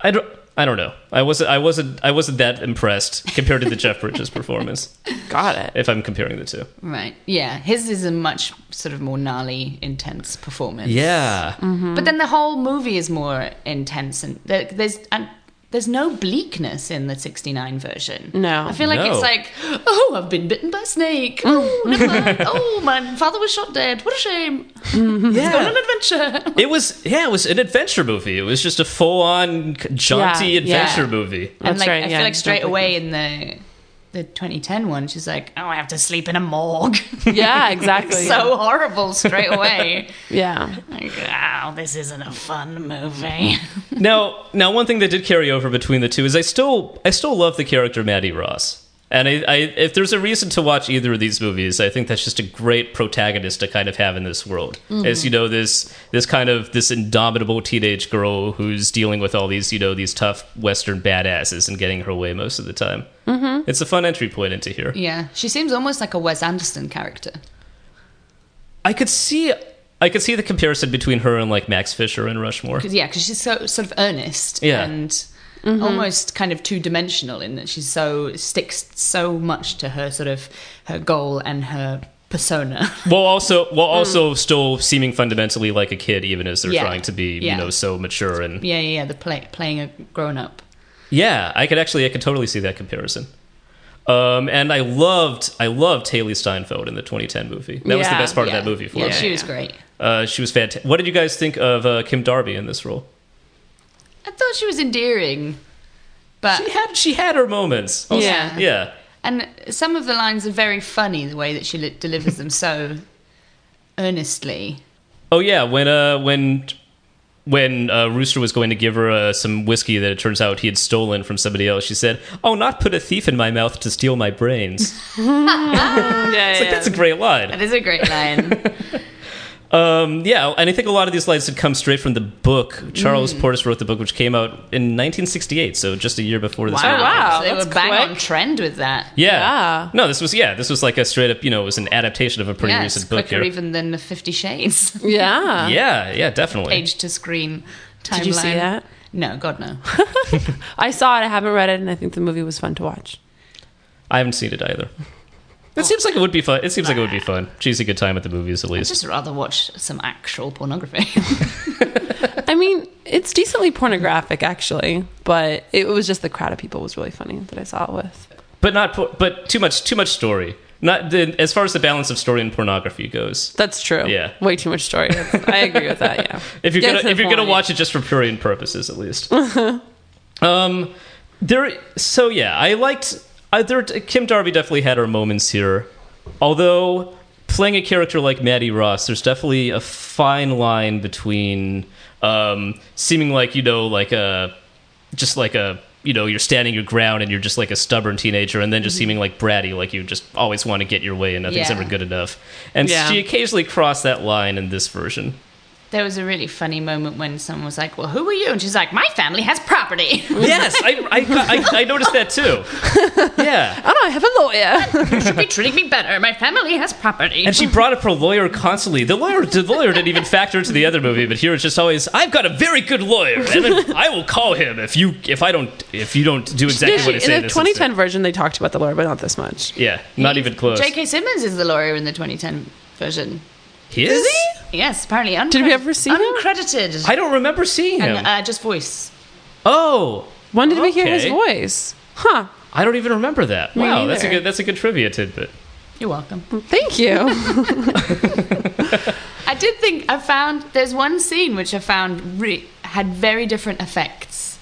S1: I don't. I don't know. I wasn't. I wasn't. I wasn't that impressed compared to the Jeff Bridges performance.
S10: Got it.
S1: If I'm comparing the two.
S7: right. Yeah. His is a much sort of more gnarly, intense performance.
S1: Yeah.
S7: But then the whole movie is more intense, and there- there's and there's no bleakness in the '69 version.
S10: No.
S7: I feel like
S1: No.
S7: it's like, oh, I've been bitten by a snake. Oh, never mind. oh, my father was shot dead. What a shame. Let's go on an adventure.
S1: It was yeah, it was an adventure movie. It was just a full on jaunty
S10: Yeah,
S1: adventure
S7: yeah.
S1: movie.
S7: and
S10: That's
S7: like,
S10: right,
S7: I
S10: yeah,
S7: feel like
S10: it's
S7: straight
S10: definitely-
S7: away in the the 2010 one, she's like, oh, I have to sleep in a morgue.
S10: [laughs]
S7: [laughs]
S10: Yeah, [laughs] exactly.
S7: so horrible straight away.
S10: yeah,
S7: like, oh, this isn't a fun movie.
S1: Now now one thing that did carry over between the two is I still I still love the character Maddie Ross. And I, I if there's a reason to watch either of these movies, I think that's just a great protagonist to kind of have in this world.
S10: Mm-hmm.
S1: As you know, this this kind of this indomitable teenage girl who's dealing with all these, you know, these tough western badasses and getting her way most of the time. Mm-hmm. It's a fun entry point into here.
S7: yeah, she seems almost like a Wes Anderson character.
S1: I could see I could see the comparison between her and like Max Fisher and Rushmore.
S7: Cause, yeah, because she's so sort of earnest
S1: Yeah.
S7: and
S10: Mm-hmm.
S7: almost kind of two dimensional in that she's so sticks so much to her sort of her goal and her persona. [laughs]
S1: Well, also while also still seeming fundamentally like a kid, even as they're
S7: Hmm. Yeah.
S1: trying to be
S7: Yeah.
S1: you know so mature and
S7: yeah, yeah, yeah. The play playing a grown up.
S1: yeah, I could actually I could totally see that comparison. Um, and I loved I loved Haley Steinfeld in the 2010 movie. That was the
S10: Yeah,
S1: best part
S7: yeah.
S1: of that movie for
S7: yeah,
S1: me.
S7: she was great.
S1: Uh, she was fantastic. What did you guys think of uh, Kim Darby in this role?
S7: I thought she was endearing, but
S1: She had she had her moments. Also-
S7: Yeah.
S1: yeah.
S7: and some of the lines are very funny. The way that she li- delivers them so earnestly.
S1: Oh yeah, when uh when when uh, Rooster was going to give her uh, some whiskey that it turns out he had stolen from somebody else, she said, "Oh, not put a thief in my mouth to steal my brains."
S10: [laughs] yeah,
S1: It's like that's a great line.
S7: That is a great
S10: [laughs]
S7: line.
S1: Um, yeah, and I think a lot of these lines had come straight from the book.
S10: Mm.
S1: Charles Portis wrote the book, which came out in 1968, so just a year before this. movie.
S10: Oh, wow,
S7: they
S10: that's
S7: were bang
S10: quick.
S7: on trend with that.
S1: Yeah.
S10: Yeah.
S1: No, this was yeah, this was like a straight up, you know, it was an adaptation of a pretty
S7: yeah, it's
S1: recent book
S7: quicker
S1: here.
S7: even than the Fifty Shades. [laughs]
S10: yeah.
S1: yeah, yeah, definitely.
S7: page to screen timeline.
S10: Did you see that?
S7: No, God no.
S10: I saw it. I haven't read it, and I think the movie was fun to watch.
S1: I haven't seen it
S10: [laughs]
S1: either. It seems like it would be fun. It seems like it would be fun. She's a good time at the movies, at
S7: I'd
S1: least.
S7: just rather watch some actual pornography. [laughs]
S10: I mean, it's decently pornographic, actually, but it was just the crowd of people was really funny that I saw it with.
S1: but not por- but too much too much story not the, as far as the balance of story and pornography goes
S10: That's true.
S1: Yeah.
S10: way too much story. That's- I agree with that. Yeah,
S1: [laughs] if you're
S10: Get to
S1: gonna
S10: the
S1: if you're gonna
S10: point.
S1: watch it just for purian purposes at least
S10: [laughs]
S1: um there so yeah i liked I, there, kim darby definitely had her moments here although playing a character like maddie ross there's definitely a fine line between um seeming like you know like a just like a you know you're standing your ground and you're just like a stubborn teenager and then
S10: Mm-hmm.
S1: just seeming like bratty like you just always want to get your way and nothing's
S7: Yeah.
S1: ever good enough and
S10: Yeah.
S1: she occasionally crossed that line in this version
S7: There was a really funny moment when someone was like, "Well, who are you?" And she's like, "My family has property." [laughs]
S1: Yes, I, I, I, I noticed that too. Yeah.
S10: Oh no, I have a lawyer.
S7: you should be treating me better. My family has property.
S1: And she brought up her lawyer constantly. The lawyer, the lawyer didn't even factor into the other movie, but here it's just always, I've got a very good lawyer, and I will call him if you if I don't if you don't do [laughs] exactly what I say.
S10: in the
S1: this
S10: 2010
S1: instance."
S10: version, they talked about the lawyer, but not this much.
S1: yeah, not even close.
S7: J.K. Simmons is the lawyer in the 2010 version.
S1: He is he?
S7: Yes, apparently. Uncredited,
S10: Did we ever see him?
S7: uncredited
S1: I don't remember seeing him.
S7: and uh, just voice.
S1: oh,
S10: When did we hear his
S1: Okay.
S10: voice? Huh.
S1: I don't even remember that.
S10: Me
S1: wow, that's a
S10: neither.
S1: good that's a good trivia tidbit.
S7: You're welcome.
S10: Thank you. [laughs]
S7: I did think I found there's one scene which I found re- had very different effects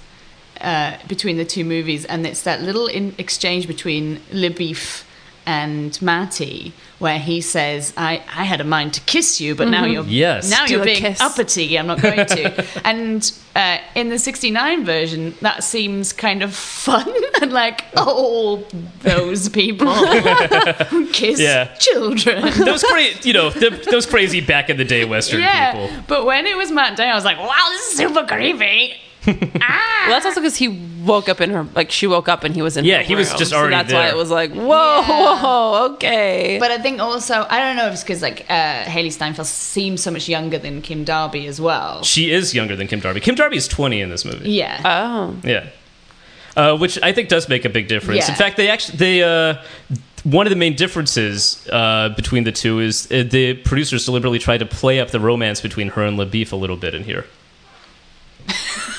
S7: uh, between the two movies, and it's that little in- exchange between Lebeef and Matty where he says, "I I had a mind to kiss you, but now you're
S1: Mm-hmm. Yes.
S7: now
S10: Do
S7: you're
S10: a
S7: being
S10: kiss."
S7: uppity. I'm not
S1: [laughs]
S7: going to." and uh, in the '69 version, that seems kind of fun [laughs] and like, oh,
S1: [laughs]
S7: those people who kiss
S1: Yeah.
S7: children.
S1: Those crazy, you know, th those crazy back in the day Western
S7: Yeah,
S1: people.
S7: but when it was Matt Day, I was like, wow, this is super creepy. ah!
S10: Well, that's also because he woke up in her, like she woke up and he was in.
S1: Yeah,
S10: her
S1: he was
S10: room.
S1: just
S10: So
S1: already
S10: that's why
S1: there.
S10: it was like, whoa,
S7: Yeah.
S10: whoa, okay.
S7: But I think also, I don't know if it's because like uh, Haley Steinfeld seems so much younger than Kim Darby as well.
S1: She is younger than Kim Darby. Kim Darby is 20 in this movie.
S7: Yeah.
S10: oh,
S1: Yeah. Uh, which I think does make a big difference.
S7: Yeah.
S1: In fact, they actually they uh, one of the main differences uh, between the two is uh, the producers deliberately tried to play up the romance between her and LaBeef a little bit in
S10: [laughs]
S1: here.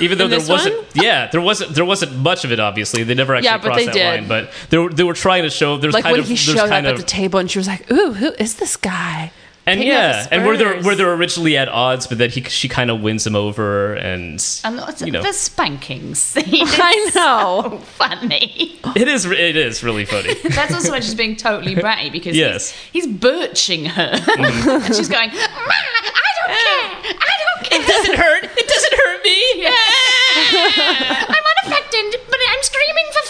S1: Even though
S10: In
S1: there
S10: this
S1: wasn't,
S10: one?
S1: yeah, there wasn't there wasn't much of it. Obviously, they never actually
S10: Yeah, but
S1: crossed
S10: they
S1: that
S10: did.
S1: line. But they were, they were trying to show there's
S10: like
S1: kind
S10: when
S1: of
S10: he
S1: there's
S10: showed up
S1: kind
S10: at
S1: of
S10: the table and she was like, ooh, who is this guy?
S1: and
S10: picking up
S1: yeah,
S10: his
S1: and where they're
S10: spurs.
S1: where they're originally at odds, but then he she kind of wins him over, and,
S7: and also,
S1: you know
S7: the spanking scene. [laughs]
S10: I know.
S7: funny. [laughs]
S1: it is it is
S10: [laughs]
S1: really funny.
S7: That's also when she's being totally bratty because
S1: Yes. Mm.
S7: he's, he's birching her. [laughs] and she's going, Ma, I don't care. I don't care. It doesn't hurt. It doesn't hurt
S10: [laughs]
S7: me. [laughs] I'm unaffected, but I'm screaming for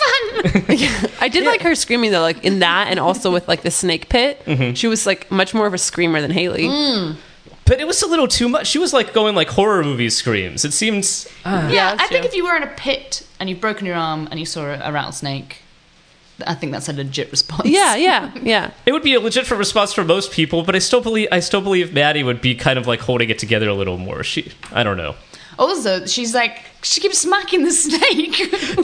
S7: fun.
S10: I did like her screaming though, like in that, and also with like the snake pit.
S1: Mm-hmm.
S10: She was like much more of a screamer than Haley.
S1: But it was a little too much. She was like going like horror movie screams. It seems
S7: Yeah,
S10: that's
S7: I think
S10: you.
S7: if you were in a pit and you've broken your arm and you saw a, a rattlesnake, th- I think that's a legit response.
S10: Yeah, yeah, yeah.
S1: it would be a legit for response for most people. But I still believe I still believe Maddie would be kind of like holding it together a little more. She I don't know.
S7: Also, she's like, she keeps smacking the [laughs] snake.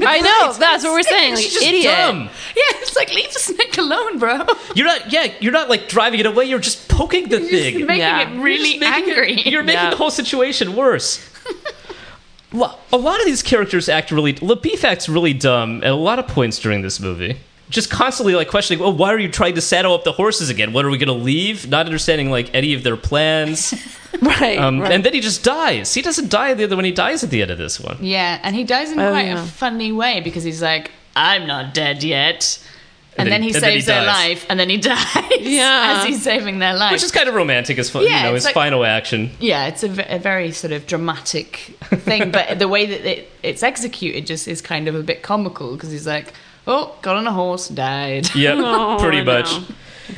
S10: I know. That's what we're saying. Like,
S7: She's just
S10: idiot.
S1: Dumb.
S7: [laughs] yeah, it's like, leave the snake alone, bro.
S1: You're not. Yeah, you're not like driving it away. You're just poking the thing.
S7: You're making
S10: Yeah.
S7: it
S1: You're just
S7: really
S1: making it-
S7: angry.
S1: you're making
S10: Yeah.
S1: the whole situation
S7: [laughs]
S1: worse. Lo- a lot of these characters act really. LaBeef acts really dumb at a lot of points during this movie. Just constantly like questioning, well, why are you trying to saddle up the horses again? What are we going to leave? Not understanding like any of their plans.
S10: [laughs] Right.
S1: Um,
S10: right.
S1: And then he just dies. He doesn't die in the other one. He dies at the end of this one.
S7: yeah, and he dies in
S10: Oh,
S7: quite
S10: yeah.
S7: a funny way because he's like, I'm not dead yet. And,
S1: then
S7: then,
S1: he-
S7: he
S1: and then he
S7: saves their
S1: dies.
S7: life, and then he [laughs] dies
S10: Yeah.
S7: as he's saving their life.
S1: Which is kind of romantic as fun,
S7: Yeah,
S1: you know,
S7: it's
S1: his
S7: like-
S1: final
S7: [laughs]
S1: action.
S7: yeah, it's a, ve- a very sort of dramatic thing, but the way that it, it's executed just is kind of a bit comical because he's like, "Oh, got on a horse, died." [laughs]
S1: Yep,
S10: Oh,
S1: pretty
S10: I
S1: much.
S10: know.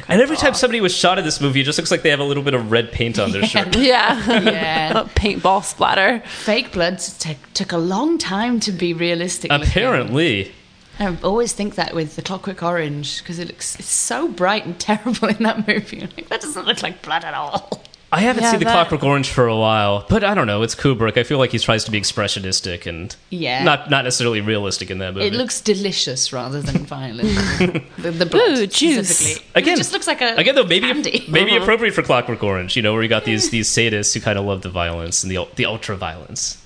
S1: And every time somebody was shot in this movie, it just looks like they have a little bit of red paint on their
S7: [laughs]
S1: shirt.
S10: [laughs] yeah.
S7: Yeah,
S10: A paintball splatter.
S7: fake blood t- took a long time to be realistic. looking.
S1: Apparently.
S7: I always think that with the Clockwork Orange because it looks it's so bright and [laughs] terrible in that movie. I'm like that doesn't look like blood
S1: [laughs]
S7: at all.
S1: I haven't
S10: Yeah,
S1: seen The
S10: that-
S1: Clockwork Orange for a while, but I don't know. It's Kubrick. I feel like he tries to be expressionistic and
S7: Yeah.
S1: not not necessarily realistic in that movie.
S7: It looks delicious rather
S1: [laughs]
S7: than violent. the, the blood
S10: Ooh, juice.
S7: specifically.
S1: Again-
S7: it just looks like a
S1: again though maybe
S7: candy.
S1: [laughs] maybe appropriate for Clockwork Orange, you know, where you got these these sadists who kind of love the violence and the ul- the ultra violence.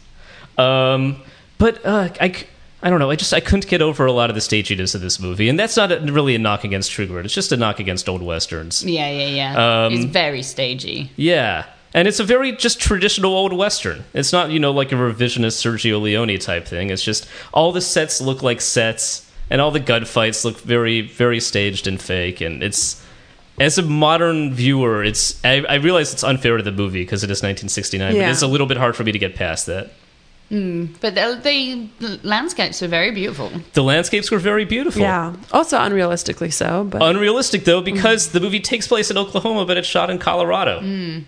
S1: Um, but uh, I. c- I don't know. I just I couldn't get over a lot of the staginess of this movie, and that's not a, really a knock against Trugert. It's just a knock against old westerns.
S7: [laughs] Yeah, yeah, yeah.
S1: Um,
S7: it's very stagey.
S1: Yeah, and it's a very just traditional old western. It's not you know like a revisionist Sergio Leone type thing. It's just all the sets look like sets, and all the gunfights look very very staged and fake. And it's as a modern viewer, it's I, I realize it's unfair to the movie because it is 1969, but
S10: Yeah.
S1: it's a little bit hard for me to get past that.
S7: But the, the landscapes are very beautiful.
S1: The landscapes were very beautiful.
S10: Yeah. Also unrealistically so, but
S1: Unrealistic though, because the movie takes place in Oklahoma, but it's shot in Colorado. and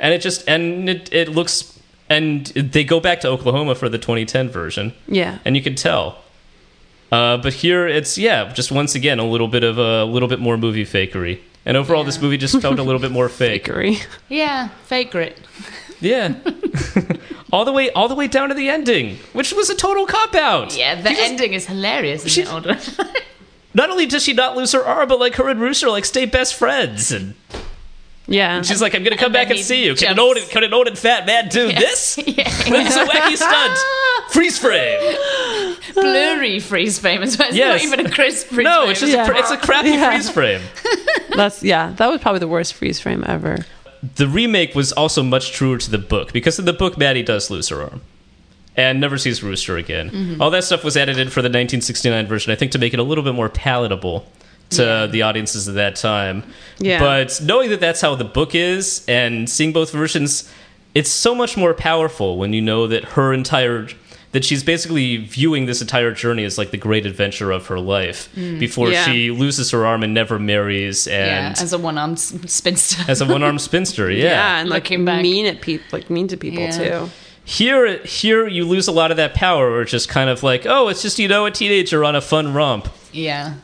S1: it just and it, it looks and they go back to Oklahoma for the 2010 version.
S10: Yeah.
S1: and you can tell. Uh, but here it's yeah, just once again a little bit of a little bit more movie fakery. And overall, this movie just felt a little bit more fake. [laughs]
S10: Bakery.
S7: Yeah, fake grit.
S1: Yeah, [laughs] all the way all the way down to the ending, which was a total cop out.
S7: Yeah, the ending is hilarious. Isn't it, Audra?
S1: Not only does she not lose her arm, but like her and Rooster like stay best friends, and
S10: Yeah.
S1: she's like, "I'm gonna come
S7: And then
S1: back and
S7: he
S1: see you." Can an
S7: jumps.
S1: old can an old and fat man do
S7: [laughs]
S1: this? That's a wacky stunt. Freeze frame.
S7: blurry freeze frame as well. It's
S1: Yes.
S7: not even a crisp freeze
S1: no,
S7: frame.
S1: it's just
S10: Yeah.
S1: a, cra- it's a crappy
S10: Yeah.
S1: freeze frame.
S10: [laughs] That's yeah. That was probably the worst freeze frame ever.
S1: the remake was also much truer to the book because in the book Maddie does lose her arm and never sees Rooster again. All that stuff was edited for the 1969 version, I think, to make it a little bit more palatable to the audiences of that time.
S10: Yeah.
S1: But knowing that that's how the book is and seeing both versions, it's so much more powerful when you know that her entire that she's basically viewing this entire journey as like the great adventure of her life before
S10: Yeah.
S1: she loses her arm and never marries
S7: yeah,
S1: and
S7: as a one armed spinster.
S1: as a one-armed spinster.
S10: and like
S7: Looking back.
S10: mean at people, like mean to people
S7: Yeah.
S10: too.
S1: here here you lose a lot of that power where it's just kind of like oh it's just you know a teenager on a fun romp
S7: [laughs] yeah.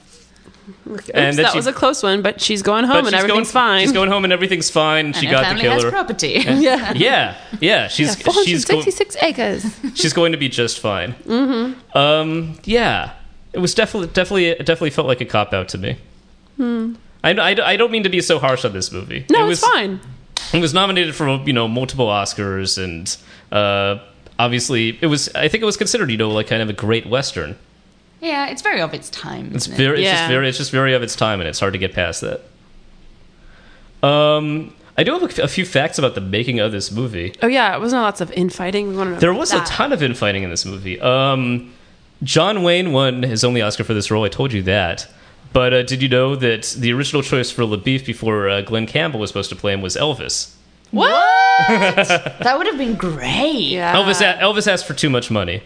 S1: And
S10: Oops,
S1: that
S10: that
S1: she-
S10: was a close one, but she's going home and everything's
S1: going,
S10: fine.
S1: she's going home and everything's fine she
S7: And her
S1: got the
S7: family has
S1: killer
S7: property.
S10: [laughs] yeah.
S8: [laughs]
S1: yeah yeah she's she's, go-
S10: 466 acres.
S1: she's going to be just fine mm-hmm. um yeah it was definitely definitely it definitely felt like a cop out to me I, I, I don't mean to be so harsh on this movie
S10: No,
S1: it was
S10: it's fine.
S1: It was nominated for you know multiple Oscars and uh, obviously it was I think it was considered you know like kind of a great western.
S7: Yeah, it's very of its time.
S1: It's
S7: isn't it?
S1: very, it's
S10: Yeah.
S1: just very, it's just very of its time, and it's hard to get past that. Um, I do have a, a few facts about the making of this movie.
S10: Oh yeah, it wasn't lots of infighting. We want to know.
S1: There was a
S10: that.
S1: ton of infighting in this movie. Um, John Wayne won his only Oscar for this role. I told you that. But uh, did you know that the original choice for LaBeef before uh, Glenn Campbell was supposed to play him was Elvis?
S7: What? [laughs] that would have been great.
S10: Yeah.
S8: Ah.
S1: Elvis, a- Elvis asked for too much money.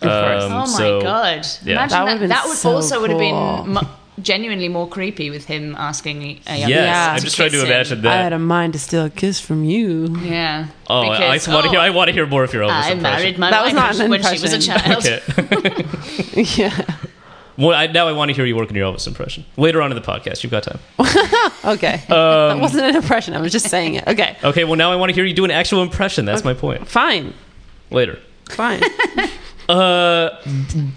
S1: Um,
S7: Oh my
S1: so-
S7: god!
S1: yeah.
S7: Imagine
S10: That
S7: that.
S10: would've been
S7: That, would
S10: so
S7: also would have
S10: cool.
S7: been mu- genuinely more creepy with him asking a
S1: Yes,
S7: young man
S1: I'm
S7: to
S1: just trying
S7: kiss
S1: to
S7: him.
S1: imagine
S10: I
S1: that.
S10: had a mind to steal a kiss from you.
S7: Yeah.
S1: oh, I- I,
S7: Because,
S1: just want to hear.
S7: oh,
S1: I want to hear more of your Elvis
S7: I
S1: impression.
S7: married my
S10: That was
S7: wife
S10: not an
S7: when she was a
S10: impression.
S7: [laughs] child.
S1: [laughs] Okay.
S10: [laughs] yeah.
S1: Well, I, now I want to hear you work on your Elvis impression later on in the podcast. You've got time. [laughs]
S10: Okay. that
S1: Um,
S10: wasn't an impression. I was just saying it. Okay.
S1: Okay. Well, now I want to hear you do an actual impression. That's my point.
S10: Fine.
S1: Later.
S7: [laughs]
S10: Fine.
S1: Uh,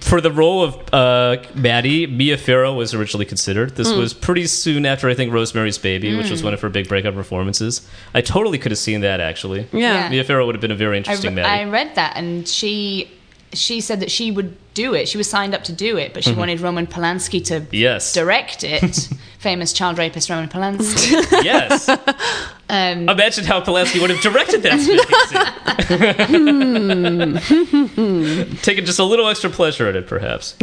S1: for the role of uh, Maddie, Mia Farrow was originally considered.
S7: Hmm.
S1: This was pretty soon after I think Rosemary's Baby, which was one of her big breakout performances. I totally could have seen that actually.
S10: Yeah.
S1: Mia Farrow would have been a very
S7: I,
S1: interesting
S7: re- I
S1: Maddie.
S7: read that, and she she said that she would do it. She was signed up to do it, but she wanted Roman Polanski to
S1: yes.
S7: direct it. Famous child rapist Roman Polanski.
S1: yes.
S7: [laughs] Um,
S1: Imagine how Polanski would have directed
S7: [laughs]
S1: that spooky
S7: Hmm.
S1: scene. [laughs] Taking just a little extra pleasure in it, perhaps.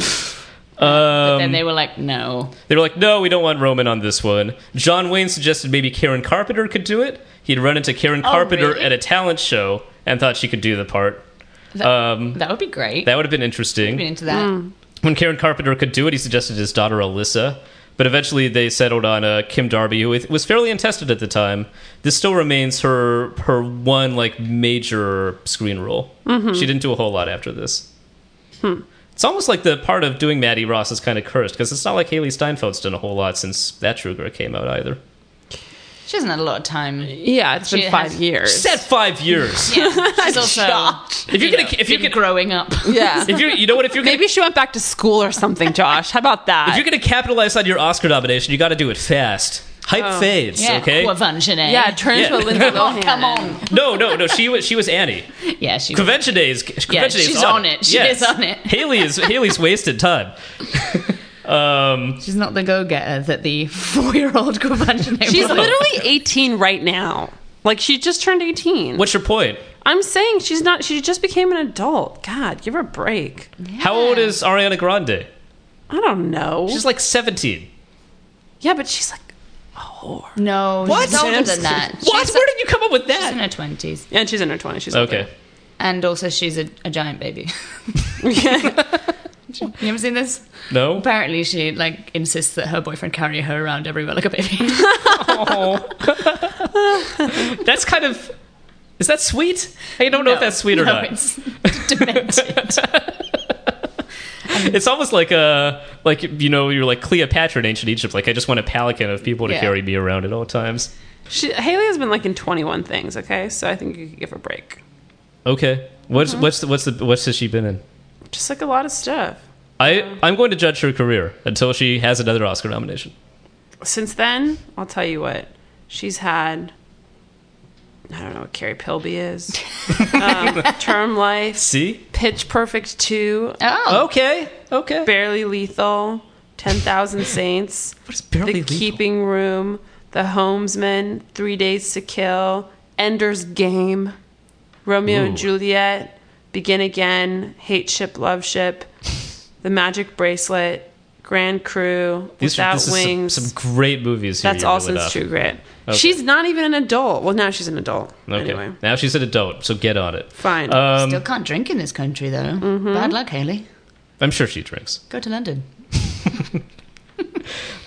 S1: Um,
S7: and they were like, "No,
S1: They were like, no, we don't want Roman on this one. John Wayne suggested maybe Karen Carpenter could do it. He'd run into Karen Carpenter
S7: Oh, really?
S1: at a talent show and thought she could do the part. um,
S7: that would be great."
S1: that would have been interesting.
S7: Been into that.
S1: When Karen Carpenter could do it, he suggested his daughter Alyssa. But eventually, they settled on uh, Kim Darby, who was fairly untested at the time. This still remains her her one like major screen role. She didn't do a whole lot after this. It's almost like the part of doing Maddie Ross is kind of cursed because it's not like Haley Steinfeld's done a whole lot since that Truger came out either.
S7: She hasn't had a lot of time.
S10: Yeah. It's
S7: She
S10: been five
S7: has-
S10: years.
S1: Said five years.
S7: [laughs] She's also
S1: If you're gonna if you're
S7: been
S1: gonna
S7: growing up.
S1: [laughs]
S10: Yeah.
S1: if you you know what if you're gonna
S10: Maybe she went back to school or
S1: [laughs]
S10: something, Josh. How about that?
S1: if you're gonna capitalize on your Oscar nomination, you got to do it fast. Hype fades.
S7: Yeah,
S1: okay.
S7: convention, eh?
S10: yeah, turn into a
S1: Yeah.
S10: [laughs] Lindsay
S7: Oh,
S10: Lohan.
S7: come on.
S1: No, no, no. She was she was Annie.
S7: Yeah, she.
S1: Convention Day is Convention
S7: Yeah,
S1: Day is
S7: she's on it. She
S1: Yes.
S7: is on it.
S1: Haley
S7: [laughs]
S1: is Haley's wasted time. um,
S7: She's not the go-getter that the [laughs] four-year-old convention. [laughs]
S10: She's literally 18 right now. Like she just turned 18.
S1: what's your point?
S10: I'm saying she's not. She just became an adult. God, give her a break.
S1: How old is Ariana Grande?
S10: I don't know.
S1: She's like seventeen.
S10: yeah, but she's like a whore.
S7: no.
S1: What?
S7: She's older than that.
S1: What?
S7: She's
S1: Where did you come up with
S7: She's in
S1: that?
S7: her twenties,
S10: And she's in her 20s. She's
S1: Okay.
S7: and also she's a, a giant baby. [laughs]
S1: [laughs]
S10: [laughs]
S7: you ever seen this? [laughs]
S1: No.
S7: Apparently, she like insists that her boyfriend carry her around everywhere like a baby.
S1: Oh. [laughs] That's kind of. Is that sweet? I don't know if [laughs] that's sweet or
S7: no,
S1: not. It's, [laughs]
S7: It's [laughs] demented.
S1: almost like a like you know you're like Cleopatra in ancient Egypt. Like I just want a palanquin of people to
S7: Yeah.
S1: carry me around at all times.
S8: She, Haley has been like in 21 things, okay? So I think you could give her a break.
S1: Okay, what's
S7: Mm-hmm.
S1: what's the, what's the what's has she been in?
S8: Just like a lot of stuff.
S1: I I'm going to judge her career until she has another Oscar nomination.
S8: Since then, I'll tell you what, she's had. I don't know what Carrie Pilby
S1: [laughs]
S8: is. um, term Life,
S1: See?
S8: Pitch Perfect 2,
S7: Oh,
S1: Okay. Okay.
S8: Barely Lethal, 10,000 Saints,
S1: What is barely
S8: The
S1: lethal?
S8: Keeping Room, The Homesman, Three Days to Kill, Ender's Game, Romeo and
S1: Ooh.
S8: Juliet, Begin Again, Hate Ship, Love Ship, The Magic Bracelet, Grand Crew,
S1: These are
S8: Without
S1: this is some,
S8: Wings.
S1: some great movies. Here
S8: That's
S1: you
S8: all
S1: really
S8: since
S1: love.
S8: True Grit. She's not even an adult. Well, now she's an adult.
S1: Okay.
S8: Anyway,
S1: Now she's an adult, so get on it.
S8: fine.
S1: Um,
S7: still can't drink in this country though.
S1: Mm-hmm.
S7: Bad luck, Haley.
S1: I'm sure she drinks.
S7: Go to London.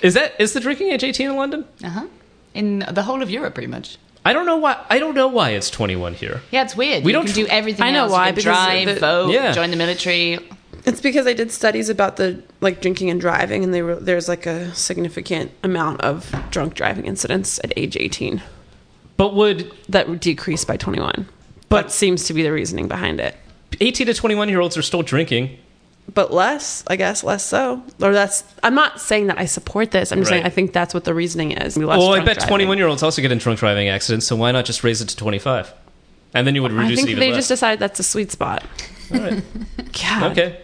S1: Is that is the drinking age 18 in London?
S7: Uh huh. In the whole of Europe, pretty much.
S1: I don't know why. I don't know why it's 21 here.
S7: Yeah, it's weird.
S1: We
S7: you
S1: don't
S7: can do
S1: tr-
S7: everything.
S8: I know
S7: else.
S8: why,
S7: You can
S8: because
S7: drive,
S8: the-
S7: vote,
S1: Yeah.
S7: join the military.
S8: It's because I did studies about the like drinking and driving, and they were, there's like a significant amount of drunk driving incidents at age 18
S1: But would
S8: that decreased by 21. But seems to be the reasoning behind it.
S1: 18 to 21 year olds are still drinking?
S8: But less, I guess, less so. Or that's. I'm not saying that I support this. I'm just saying
S1: Right.
S8: I think that's what the reasoning is. Less
S1: Well, I
S8: drunk
S1: bet
S8: driving.
S1: 21 year olds also get in drunk driving accidents. So why not just raise it to 25? And then you would
S8: I
S1: reduce
S8: think
S1: it even
S8: they
S1: less.
S8: just decided that's a sweet spot.
S1: All right.
S8: [laughs] God.
S1: Okay.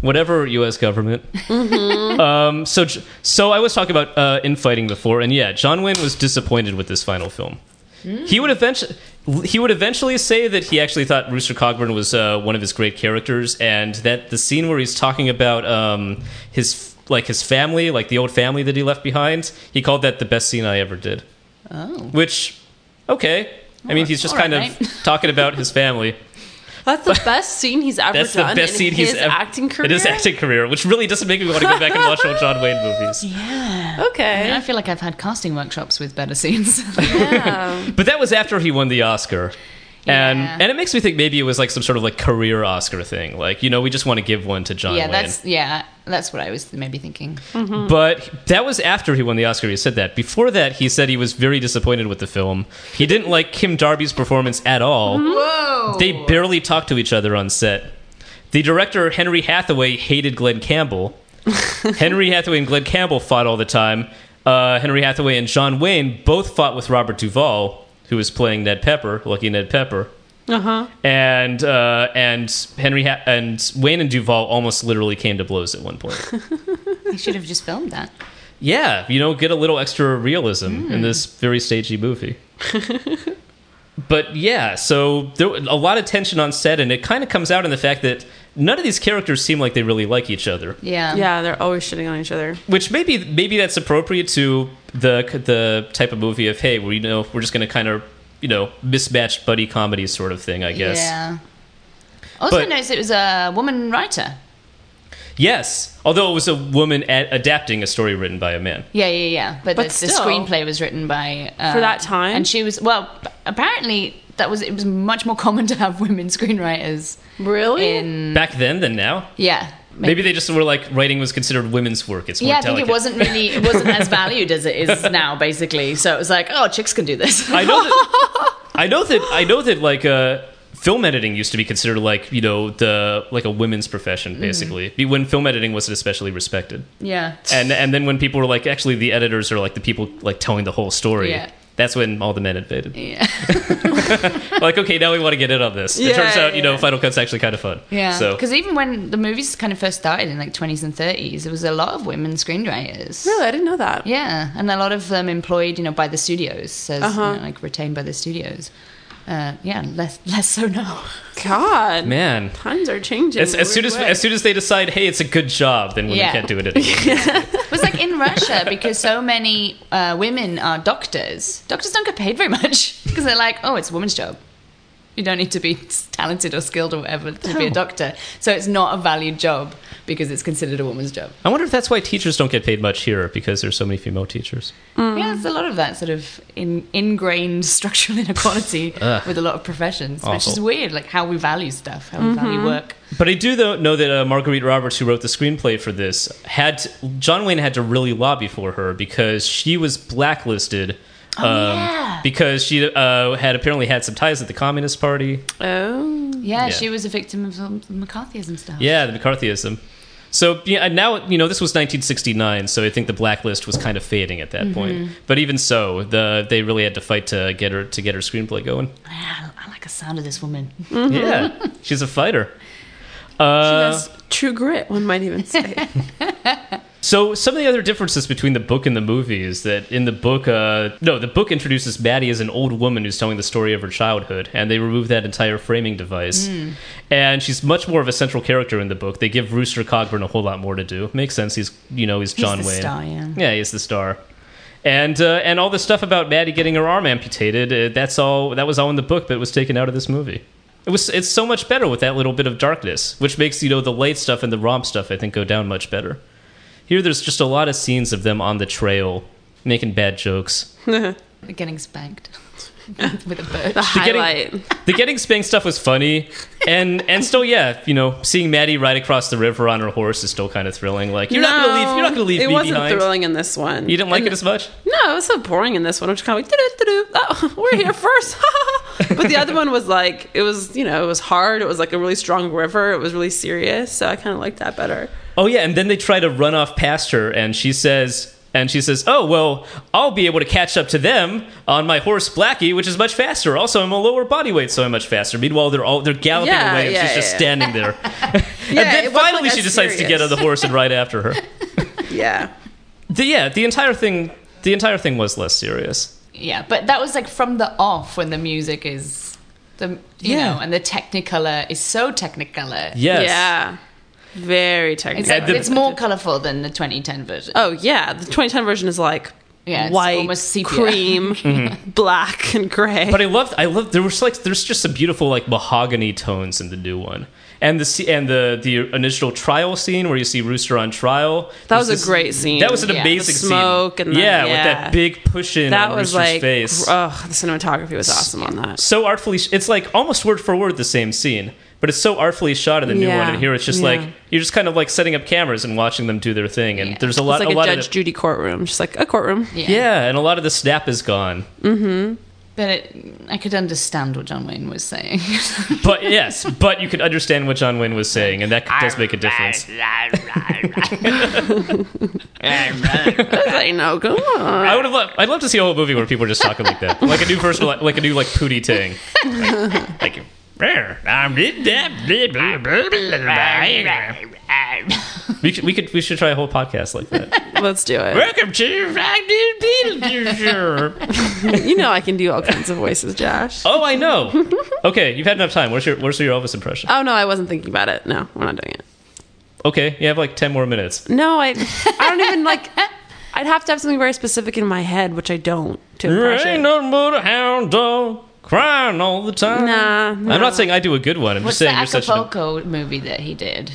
S1: Whatever U.S. government.
S7: Mm-hmm.
S1: um, so, J- so I was talking about uh, infighting before, and yeah, John Wayne was disappointed with this final film. He
S7: Mm.
S1: would eventually, he would eventually say that he actually thought Rooster Cogburn was uh, one of his great characters, and that the scene where he's talking about um, his f- like his family, like the old family that he left behind, he called that the best scene I ever did. Oh. Which, okay. I mean, he's just
S7: all
S1: kind
S7: right, [laughs]
S1: of talking about his family.
S8: That's the best scene he's ever
S1: That's the
S8: done
S1: best
S8: in
S1: scene
S8: his
S1: he's ever
S8: acting career.
S1: It is acting career, which really doesn't make me want to go back and watch old John Wayne movies.
S7: Yeah. And I
S8: Okay.
S7: feel like I've had casting workshops with better scenes.
S1: [laughs] But that was after he won the Oscar. And
S7: Yeah.
S1: and it makes me think maybe it was like some sort of like career Oscar thing. Like, you know, we just want to give one to John
S7: [laughs] yeah,
S1: Wayne.
S7: that's yeah, that's what I was maybe
S1: [laughs]
S7: thinking.
S1: But that was after he won the Oscar. He said that. Before that, he said he was very disappointed with the film. He didn't like Kim Darby's performance at all.
S7: Whoa.
S1: They barely talked to each other on set. The director, Henry Hathaway, hated Glenn Campbell. Henry Hathaway and Glenn Campbell fought all the time. Uh, Henry Hathaway and John Wayne both fought with Robert Duvall, who was playing Ned Pepper, Lucky Ned Pepper.
S8: Uh huh.
S1: And uh, and Henry ha- and Wayne and Duvall almost literally came to blows at one point.
S7: They should have just filmed that.
S1: Yeah, you know, get a little extra realism
S7: Hmm.
S1: in this very stagey movie. but yeah, so there was a lot of tension on set, and it kind of comes out in the fact that none of these characters seem like they really like each other,
S7: Yeah.
S8: [laughs] Yeah, they're always shitting on each other.
S1: which maybe maybe that's appropriate to the the type of movie of hey, we know we're just going to kind of you know mismatched buddy comedy sort of thing, I guess.
S7: Yeah. Also
S1: But-
S7: noticed it was a woman writer.
S1: Yes, although it was a woman ad- adapting a story written by a man.
S7: Yeah, yeah, yeah. But,
S8: But
S7: the, the
S8: still-
S7: screenplay was written by uh,
S8: For that time?
S7: and she was well. Apparently, that was it was much more [laughs] common to have women screenwriters
S8: Really?
S7: in
S1: Back then than now.
S7: yeah.
S1: Maybe they just were like writing was considered women's work. It's more
S7: yeah, I think it
S1: delicate.
S7: wasn't really it wasn't as valued as it
S1: [laughs]
S7: is now, basically. So it was like, oh, chicks can do this.
S1: I know that I know that I know that like uh film editing used to be considered like you know the like a women's
S7: Mm-hmm.
S1: profession basically when film editing wasn't especially respected
S7: [laughs] yeah,
S1: and and then when people were like actually the editors are like the people like telling the whole story
S7: Yeah.
S1: that's when all the men invaded
S7: yeah,
S1: [laughs] like okay now we want to get in on this it
S8: Yeah,
S1: turns out you know
S8: yeah.
S1: final cut's actually kind of fun
S7: yeah.
S1: so
S7: Because even when the movies kind of first started in like twenties and thirties, there was a lot of women screenwriters.
S8: Really? I didn't know that.
S7: Yeah, and a lot of them employed, you know, by the studios, as
S8: Uh-huh.
S7: you know, like retained by the studios. Uh, yeah, less [laughs] less
S1: [laughs]
S7: so now.
S8: God.
S1: man
S8: Times are changing.
S1: as,
S8: in a
S1: as soon
S8: weird
S1: as
S8: way.
S1: as soon as they decide hey it's a good job then women
S7: Yeah.
S1: can't do it
S7: [laughs]
S1: anymore.
S7: It was like in Russia because so many [laughs] uh, women are doctors. Doctors don't get paid very much because they're like, oh, it's a woman's job. You don't need to be talented or skilled or whatever to be a
S1: Oh.
S7: doctor. So it's not a valued job because it's considered a woman's job.
S1: I wonder if that's why teachers don't get paid much here because there's so many female teachers.
S7: Yeah, there's a lot of that sort of in, ingrained [laughs] structural inequality
S1: Ugh.
S7: with a lot of professions, which
S1: Awful.
S7: is
S1: Mm-hmm.
S7: weird, like how we value stuff, how we value work.
S1: But I do though know that uh, Marguerite Roberts, who wrote the screenplay for this, had John Wayne had to really lobby for her because she was blacklisted. um,
S7: yeah.
S1: Because she uh, had apparently had some ties with the Communist Party.
S8: Oh.
S7: Yeah,
S1: Yeah.
S7: she was a victim of some McCarthyism stuff.
S1: Yeah, the McCarthyism. So yeah, and now you know this was 1969, so I think the blacklist was kind of fading at that point. But even so, the they really had to fight to get her to get her screenplay going.
S7: Ah, I like the sound of this woman.
S1: Yeah, she's a fighter.
S8: She
S1: Uh,
S8: has true grit, one might even
S1: [laughs]
S8: say.
S1: So some of the other differences between the book and the movie is that in the book, uh, no, the book introduces Maddie as an old woman who's telling the story of her childhood, and they remove that entire framing device.
S7: Hmm.
S1: And she's much more of a central character in the book. They give Rooster Cogburn a whole lot more to do. Makes sense. He's you know he's John
S7: the
S1: Wayne.
S7: star, yeah.
S1: yeah, he's the star. And uh, and all the stuff about Maddie getting her arm amputated, uh, that's all. That was all in the book, but it was taken out of this movie. It was it's so much better with that little bit of darkness, which makes you know the light stuff and the romp stuff I think go down much better. Here, there's just a lot of scenes of them on the trail making bad jokes. [laughs]
S7: Getting spanked [laughs] with a
S8: The
S7: birch.
S8: highlight.
S1: The getting spanked stuff was funny, and and still, yeah, you know, seeing Maddie ride across the river on her horse is still kind of thrilling. Like you're not gonna leave, you're not gonna leave
S8: It
S1: me
S8: wasn't
S1: behind.
S8: thrilling in this one.
S1: You didn't like
S8: And-
S1: it as much.
S8: No, it was so boring in this one. I'm just kind of like, doo doo doo oh, [laughs] we're here first. but the other one was like, it was, you know, it was hard. It was like a really strong river. It was really serious. So I kind of liked that better.
S1: Oh yeah, and then they try to run off past her, and she says, and she says, "Oh well, I'll be able to catch up to them on my horse Blackie, which is much faster. Also, I'm a lower body weight, so I'm much faster." Meanwhile, they're all they're galloping
S8: Yeah,
S1: away, and
S8: yeah,
S1: she's just
S8: yeah.
S1: standing
S8: [laughs]
S1: there. and
S8: it
S1: then
S8: wasn't like
S1: finally,
S8: that
S1: she decides to get on
S8: serious.
S1: the horse and ride after
S8: [laughs]
S1: her.
S8: Yeah.
S1: The, yeah, the entire thing, the entire thing was less serious.
S7: Yeah, but that was like from the off when the music is the you
S1: Yeah.
S7: know, and the technicolor is so technicolor.
S1: [laughs] Yes.
S8: Yeah. Very technical.
S7: It's, like-
S1: the-
S7: it's more colorful than the 2010 version.
S8: Oh, yeah. The 2010 version is like
S7: Yeah, it's
S8: white,
S7: almost sepia.
S8: [laughs] cream, black, and gray.
S1: Mm-hmm. But I loved, I loved. There was like, there's just some beautiful like mahogany tones in the new one, and the se- and the the initial trial scene where you see Rooster on trial.
S8: that
S1: There's
S8: was a
S1: this-
S8: great scene.
S1: That was an
S7: Yeah.
S1: amazing
S8: The smoke
S1: scene.
S8: and the-
S1: yeah, with
S8: yeah.
S1: that big push in
S8: That
S1: on
S8: was
S1: Rooster's
S8: like,
S1: face.
S8: oh, the cinematography was awesome on that.
S1: so artfully, sh- it's like almost word for word the same scene, but it's so artfully shot in the new
S8: Yeah.
S1: one. And here it's just
S8: Yeah.
S1: like you're just kind of like setting up cameras and watching them do their thing. And there's a lot,
S8: It's like
S1: a
S8: a,
S1: lot
S8: Judge
S1: of the-
S8: Judy courtroom. Just like a courtroom. [laughs]
S1: yeah, and a lot of the snap is gone.
S7: But it, I could understand what John Wayne was saying.
S1: But
S8: [laughs]
S1: yes, but you could understand what John Wayne was saying, and that does make a difference.
S8: I know. Go on.
S1: I would have. Loved, I'd love to see a whole movie where people are just talking like that, like a new person, like, like a new like Pootie Tang. Like, "Brr, I'm in that blah, blah, blah, blah, blah." we should we could we should try a whole podcast like that.
S8: Let's do it.
S1: [laughs] Welcome to Ragged Beetlejuice.
S8: You know I can do all kinds of voices, Josh.
S1: Oh, I know. Okay, you've had enough time. Where's your Where's your Elvis impression?
S8: Oh no, I wasn't thinking about it. No, we're not doing it.
S1: Okay, you have like ten more minutes.
S8: No, I I don't even like I'd have to have something very specific in my head, which I don't to impress it.
S1: ain't nothing but a hound dog crying all the time.
S8: Nah, nah.
S1: I'm not saying I do a good one. I'm
S7: [laughs] What's
S1: just
S7: the
S1: saying you're such. An,
S7: Acapulco movie that he did?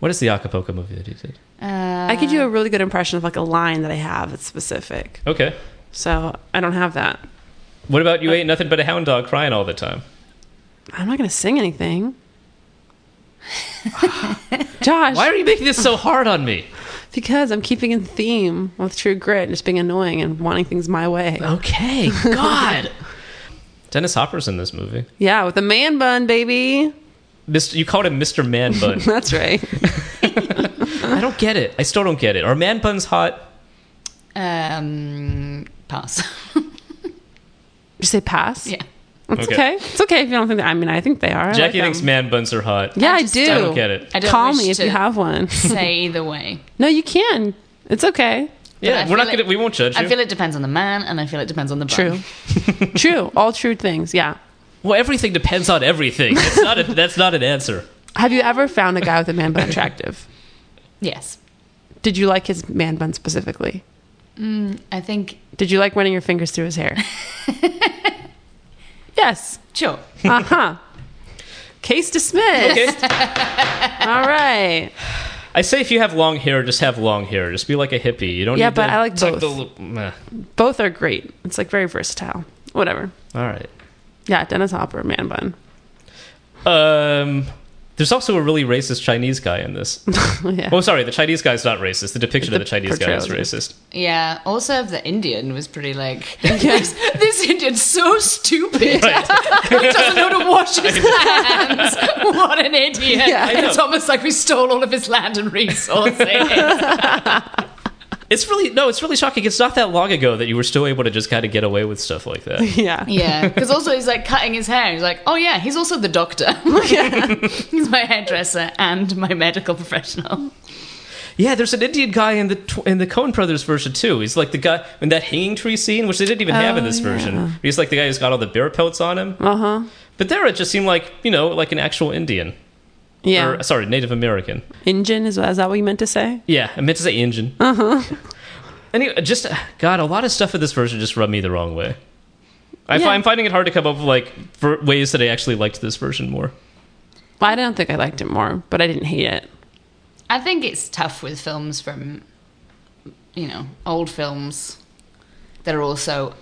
S1: what is the Acapulco movie that you did?
S8: I could do a really good impression of like a line that I have that's specific.
S1: Okay.
S8: So I don't have that.
S1: What about you ain't nothing but a hound dog crying all the time?
S8: I'm not gonna sing anything. Josh,
S1: Why are you making this so hard on me?
S8: because I'm keeping in theme with True Grit, and just being annoying and wanting things my way.
S1: [laughs] Okay, God. Dennis Hopper's in this movie.
S8: Yeah, with a man bun, baby. [laughs]
S1: Mr. You called him Mr. Man Bun.
S8: That's right.
S1: I don't get it. I still don't get it. Are man buns hot?
S7: Um, pass. [laughs]
S8: Did you say pass?
S7: yeah.
S8: It's
S1: Okay.
S8: okay. It's okay if you don't think. That, I mean, I think they are. I
S1: Jackie
S8: like
S1: thinks
S8: them.
S1: man buns are hot.
S8: Yeah, I,
S7: just
S8: do.
S1: I don't get it.
S7: I don't
S8: Call
S7: wish
S8: me if
S7: to
S8: you have one.
S7: say either way.
S8: [laughs] no, you can. It's okay.
S1: yeah,
S7: I
S1: we're not
S7: feel
S1: gonna.
S7: it-
S1: we won't judge you.
S7: I feel it depends on the man, and I feel it depends on the bun.
S8: True.
S1: [laughs]
S8: true. All true things. Yeah.
S1: well, everything depends on everything. That's not. A, that's not an
S8: [laughs]
S1: answer.
S8: Have you ever found a guy with a man bun attractive?
S7: Yes,
S8: Did you like his man bun specifically?
S7: I think
S8: Did you like running your fingers through his hair? Yes.
S7: Sure.
S8: Uh huh. Case dismissed.
S1: Okay.
S8: All right.
S1: I say if you have long hair, just have long hair. Just be like a hippie. You don't.
S8: Yeah,
S1: need
S8: but
S1: to
S8: I like
S1: tuck
S8: both.
S1: the li- meh.
S8: Both are great. It's like very versatile. Whatever.
S1: All right.
S8: Yeah, Dennis Hopper, man bun. [laughs]
S1: Um, there's also a really racist Chinese guy in this.
S8: yeah. [laughs]
S1: Oh, sorry, the Chinese guy's not racist. The depiction of
S8: The
S1: the Chinese guy is
S8: portrayal is
S1: racist.
S7: Yeah. Also, the Indian was pretty [laughs] like this, this Indian's so stupid. [laughs]
S1: Right.
S7: he doesn't know to wash
S1: [laughs]
S7: his hands. What an idiot!
S8: Yeah.
S1: I know.
S7: It's almost like we stole all of his land and [laughs] resources.
S1: It's really no, it's really shocking. It's not that long ago that you were still able to just kind of get away with stuff like that.
S8: [laughs] [laughs] Yeah.
S7: yeah, because also he's like cutting his hair. He's like, oh yeah, he's also the doctor. [laughs] he's my hairdresser and my medical professional.
S1: Yeah, there's an Indian guy in the tw- in the Coen Brothers version too. He's like the guy in that hanging tree scene, which they didn't even
S8: Oh,
S1: have in this version. He's like the guy who's got all the bear pelts on him.
S8: Uh huh.
S1: But there, it just seemed like you know, like an actual Indian.
S8: Yeah.
S1: Or, sorry, Native American.
S8: Injun is, is that what you meant to say?
S1: Yeah, I meant to say Indian. Uh huh.
S8: Uh-huh.
S1: [laughs] anyway, just uh, God, a lot of stuff in this version just rubbed me the wrong way. I
S8: Yeah.
S1: fi- I'm finding it hard to come up with like ver- ways that I actually liked this version more.
S8: Well, I don't think I liked it more, but I didn't hate it.
S7: I think it's tough with films from, you know, old films that are also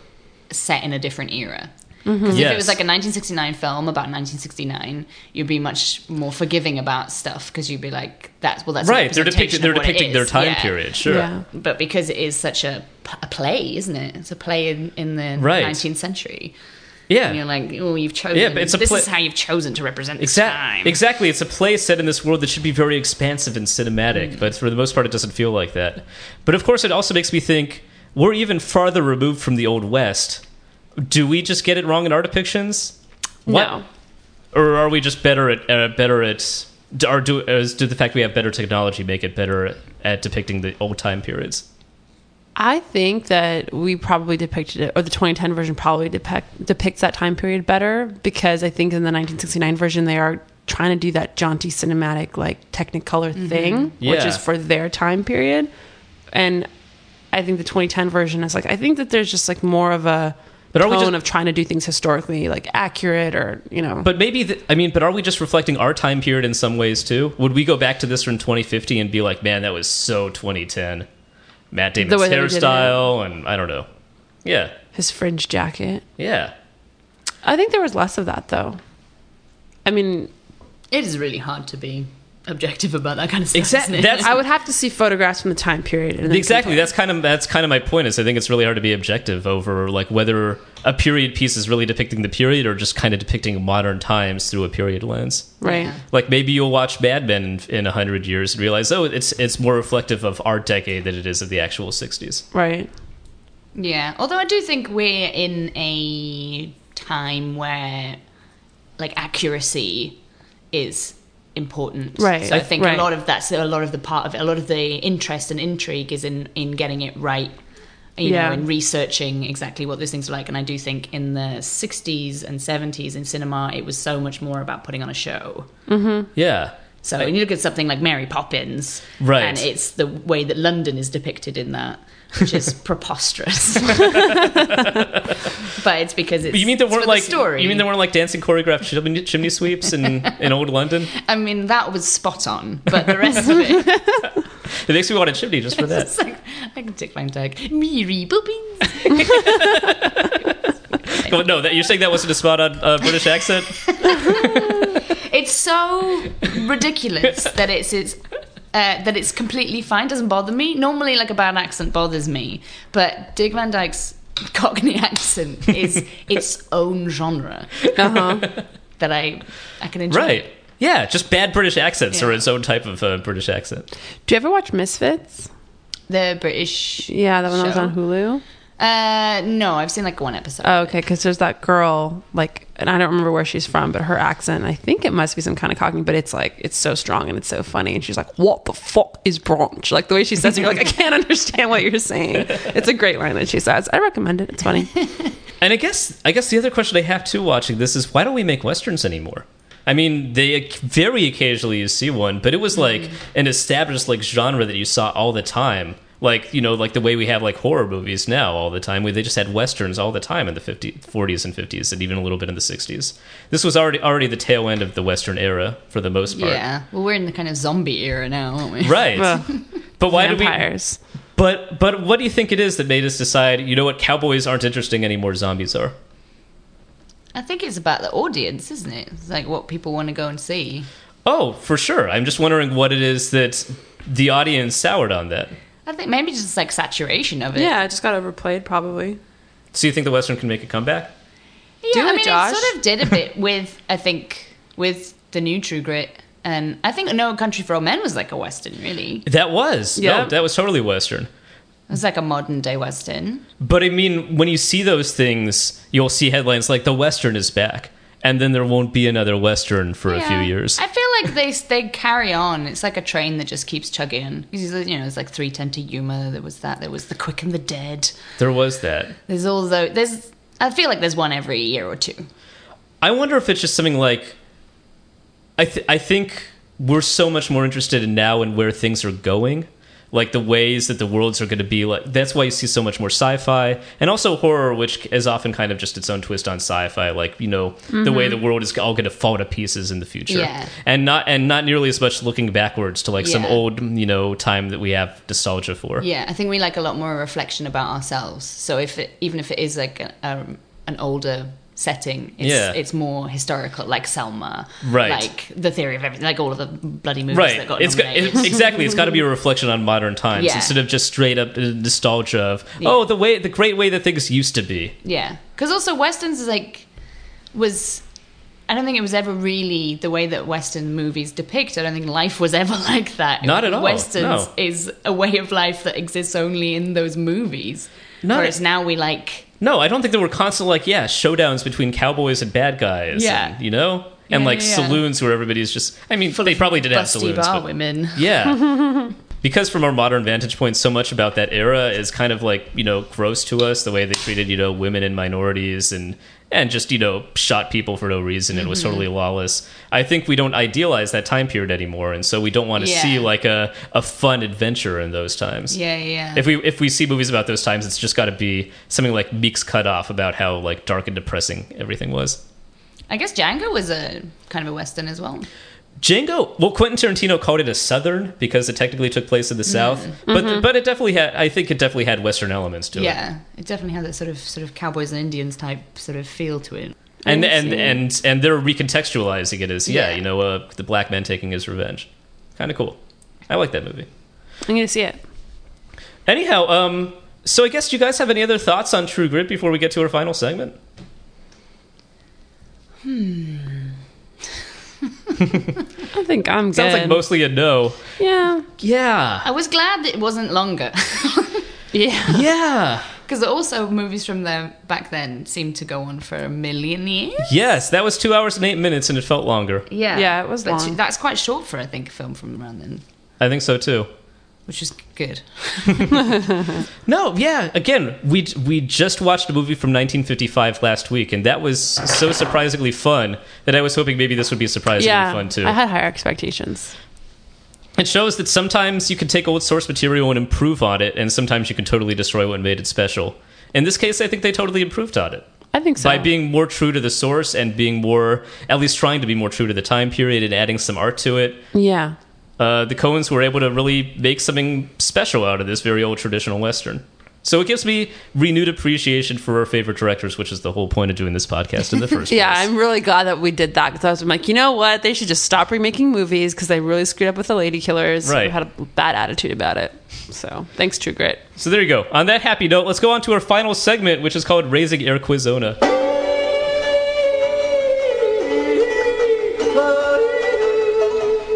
S7: set in a different era.
S8: Mm-hmm.
S7: Because if it was
S1: Yes.
S7: like a 1969 film about 1969, you'd be much more forgiving about stuff because you'd be like, "That's well, that's a
S1: Right, they're
S7: representation
S1: depicting they're
S7: of what it
S1: depicting their
S7: is.
S1: time
S7: Yeah.
S1: period. Sure.
S8: Yeah.
S7: But because it is such a, p- a play, isn't it? It's a play in, in the
S1: Right.
S7: 19th century.
S1: Yeah.
S7: And you're like, oh, you've chosen.
S1: Yeah, but it's a
S7: this
S1: play-
S7: is how you've chosen to represent this
S1: Exactly.
S7: time.
S1: Exactly. It's a play set in this world that should be very expansive and cinematic, but for the most part, it doesn't feel like that. But of course, it also makes me think we're even farther removed from the old west. Do we just get it wrong in our depictions? What?
S8: No.
S1: Or are we just better at uh, better at? d- Or do, is, do the fact we have better technology make it better at depicting the old time periods?
S8: I think that we probably depicted it, or the 2010 version probably depict, depicts that time period better because I think in the 1969 version they are trying to do that jaunty cinematic like Technicolor thing, which
S1: Yeah.
S8: is for their time period, and I think the 2010 version is like I think that there's just like more of a
S1: But are
S8: tone
S1: we just-
S8: of trying to do things historically like accurate or you know.
S1: But maybe the, I mean, but are we just reflecting our time period in some ways too? Would we go back to this from 2050 and be like, man, that was so 2010? Matt Damon's
S8: way that we did it.
S1: hairstyle, and I don't know. Yeah,
S8: his fringe jacket.
S1: yeah.
S8: I think there was less of that though. I mean,
S7: It is really hard to be objective about that kind of stuff.
S1: Exact-
S7: isn't it?
S1: that's-
S8: I would have to see photographs from the time period. And then
S1: Exactly.
S8: compare.
S1: That's kind of that's kind of my point. Is I think it's really hard to be objective over like whether a period piece is really depicting the period or just kind of depicting modern times through a period lens.
S8: right.
S7: Yeah.
S1: Like maybe you'll watch Mad Men in a hundred years and realize, oh, it's it's more reflective of our decade than it is of the actual 60s.
S8: Right.
S7: Yeah, although I do think we're in a time where like accuracy is important.
S8: Right,
S7: So I think
S8: right.
S7: a lot of that's a lot of the part of it, a lot of the interest and intrigue is in in getting it right. You
S8: Yeah.
S7: know, in researching exactly what those things are like. And I do think in the 60s and 70s in cinema, it was so much more about putting on a show.
S1: Yeah.
S7: So when you look at something like Mary Poppins,
S1: Right.
S7: and it's the way that London is depicted in that,
S1: [laughs]
S7: which is preposterous. but it's because it's
S1: But you mean there
S7: it's for
S1: weren't
S7: the
S1: like
S7: story.
S1: you mean there weren't like dancing choreographed chimney, chimney sweeps in, in old London?
S7: I mean that was spot on, but the rest of
S1: [laughs]
S7: it,
S1: It makes me want a chimney just for that.
S7: [laughs] it's like I can tick my tag. Mary Poppins.
S1: But no, that, you're saying that wasn't a spot on uh, British accent.
S7: It's so
S1: [laughs]
S7: ridiculous that it's it's. Uh, that it's completely fine, doesn't bother me. Normally, like a bad accent bothers me, but Dick Van Dyke's Cockney [laughs] accent is its own genre.
S8: Uh huh.
S7: that I I can enjoy.
S1: Right. Yeah, just bad British accents or
S7: Yeah.
S1: its own type of uh, British accent.
S8: Do you ever watch Misfits?
S7: The British.
S8: Yeah, that one that was
S7: show.
S8: on Hulu.
S7: Uh, no, I've seen like one episode.
S8: Oh, okay, because there's that girl, like, and I don't remember where she's from, but her accent, I think it must be some kind of Cockney, but it's like, it's so strong and it's so funny. And she's like, what the fuck is brunch? Like, the way she says it, you're like, I can't understand what you're saying. It's a great line that she says. I recommend it. It's funny.
S1: And I guess I guess the other question I have too watching this is why don't we make westerns anymore? I mean, they ac-
S8: Mm-hmm.
S1: very occasionally you see one, but it was like an established like genre that you saw all the time. like you know like the way we have like horror movies now all the time. We, they just had westerns all the time in the 50, 40s and 50s, and even a little bit in the 60s. This was already already the tail end of the western era for the most part.
S7: Yeah. Well, we're in the kind of zombie era now, aren't we?
S1: Right.
S8: Well,
S1: [laughs] but why do we?
S8: vampires.
S1: But but what do you think it is that made us decide? You know what? Cowboys aren't interesting anymore. Zombies are.
S7: I think it's about the audience, isn't it? It's like what people want to go and see.
S1: Oh, for sure. I'm just wondering what it is that the audience soured on that.
S7: I think maybe just like saturation of it.
S8: yeah, it just got overplayed probably.
S1: So you think the western can make a comeback?
S7: Yeah,
S8: Do
S7: I
S8: it,
S7: mean,
S8: Josh.
S7: it sort of did a bit [laughs] with, I think, with the new True Grit, and I think No Country for Old Men was like a western, really.
S1: That was.
S8: Yeah.
S1: No, that was totally western.
S7: It was like a modern day western.
S1: But I mean, when you see those things, you'll see headlines like the western is back, and then there won't be another western for a few
S7: Yeah.
S1: years.
S7: I feel like they they carry on. It's like a train that just keeps chugging. You know, it's like three ten to Yuma. There was that. There was the Quick and the Dead.
S1: there was that.
S7: There's all those. There's. I feel like there's one every year or two.
S1: I wonder if it's just something like I th- I think we're so much more interested in now and where things are going, like the ways that the worlds are going to be like that's why you see so much more sci-fi and also horror which is often kind of just its own twist on sci-fi like you know the way the world is all going to fall to pieces in the future.
S7: Mm-hmm. Yeah.
S1: And not and not nearly as much looking backwards to like some
S7: Yeah.
S1: old, you know, time that we have nostalgia for.
S7: Yeah, I think we like a lot more reflection about ourselves. So if it, even if it is like a, um, an older setting, it's,
S1: Yeah.
S7: it's more historical, like Selma,
S1: Right.
S7: Like the theory of everything, like all of the bloody movies that
S1: Right.
S7: got
S1: It's got,
S7: nominated.
S1: it, exactly. It's got
S7: [laughs]
S1: to be a reflection on modern times
S7: Yeah.
S1: instead of just straight up uh, nostalgia of oh the way the great way that things used to be.
S7: yeah, because also westerns is like was. I don't think it was ever really the way that Western movies depict. I don't think life was ever [laughs] like that.
S1: Not at all,
S7: Westerns
S1: no.
S7: is a way of life that exists only in those movies.
S1: Not-
S7: Whereas now we like
S1: No, I don't think there were constant like yeah showdowns between cowboys and bad guys.
S7: Yeah.
S1: and, you know, and
S7: Yeah,
S1: like
S7: yeah, yeah.
S1: saloons where everybody's just. I mean, they probably did have
S7: busty
S1: saloons.
S7: bar
S1: but-
S7: women.
S1: Yeah.
S7: [laughs]
S1: Because from our modern vantage point, so much about that era is kind of like, you know, gross to us, the way they treated, you know, women and minorities and and just, you know, shot people for no reason and
S7: Mm-hmm.
S1: was totally lawless. I think we don't idealize that time period anymore, and so we don't want to
S7: Yeah.
S1: see like a, a fun adventure in those times.
S7: Yeah, yeah.
S1: If we if we see movies about those times, it's just gotta be something like Meek's cut off about how like dark and depressing everything was.
S7: I guess Django was a kind of a western as well.
S1: Django. Well, Quentin Tarantino called it a Southern because it technically took place in the South, but but it definitely had. I think it definitely had Western elements to it.
S7: yeah, it definitely had that sort of sort of cowboys and Indians type sort of feel to it.
S1: And
S8: I
S1: and,
S8: see.
S1: and and they're recontextualizing it as yeah,
S7: Yeah.
S1: you know, uh, the black man taking his revenge. Kind of cool. I like that movie.
S8: I'm gonna see it.
S1: Anyhow, um, so I guess you guys have any other thoughts on True Grit before we get to our final segment?
S8: I think I'm
S1: Sounds
S8: good.
S1: like mostly a no.
S8: Um, Yeah.
S1: Yeah.
S7: I was glad that it wasn't longer [laughs]
S1: [laughs]
S8: Yeah.
S1: Yeah.
S7: because also movies from there back then seemed to go on for a million years.
S1: Yes, that was two hours and eight minutes, and it felt longer.
S7: Yeah,
S8: Yeah, it was
S7: But
S8: long.
S7: That's quite short for I think a film from around then,
S1: I think so too.
S7: which is good.
S1: No, yeah. Again, we we just watched a movie from 1955 last week, and that was so surprisingly fun that I was hoping maybe this would be surprisingly
S8: Yeah.
S1: fun too.
S8: I had higher expectations.
S1: it shows that sometimes you can take old source material and improve on it, and sometimes you can totally destroy what made it special. In this case, I think they totally improved on it
S8: I think so.
S1: by being more true to the source and being more, at least trying to be more true to the time period and adding some art to it.
S8: yeah.
S1: uh, the Coens were able to really make something special out of this very old traditional Western. So it gives me renewed appreciation for our favorite directors, which is the whole point of doing this podcast
S8: [laughs]
S1: in the first
S8: Yeah,
S1: place.
S8: I'm really glad that we did that because I was like, you know what? They should just stop remaking movies because they really screwed up with the Lady Killers.
S1: Right.
S8: Who had a bad attitude about it. So thanks, True Grit.
S1: So there you go. On that happy note, let's go on to our final segment, which is called Raising Air Quizona.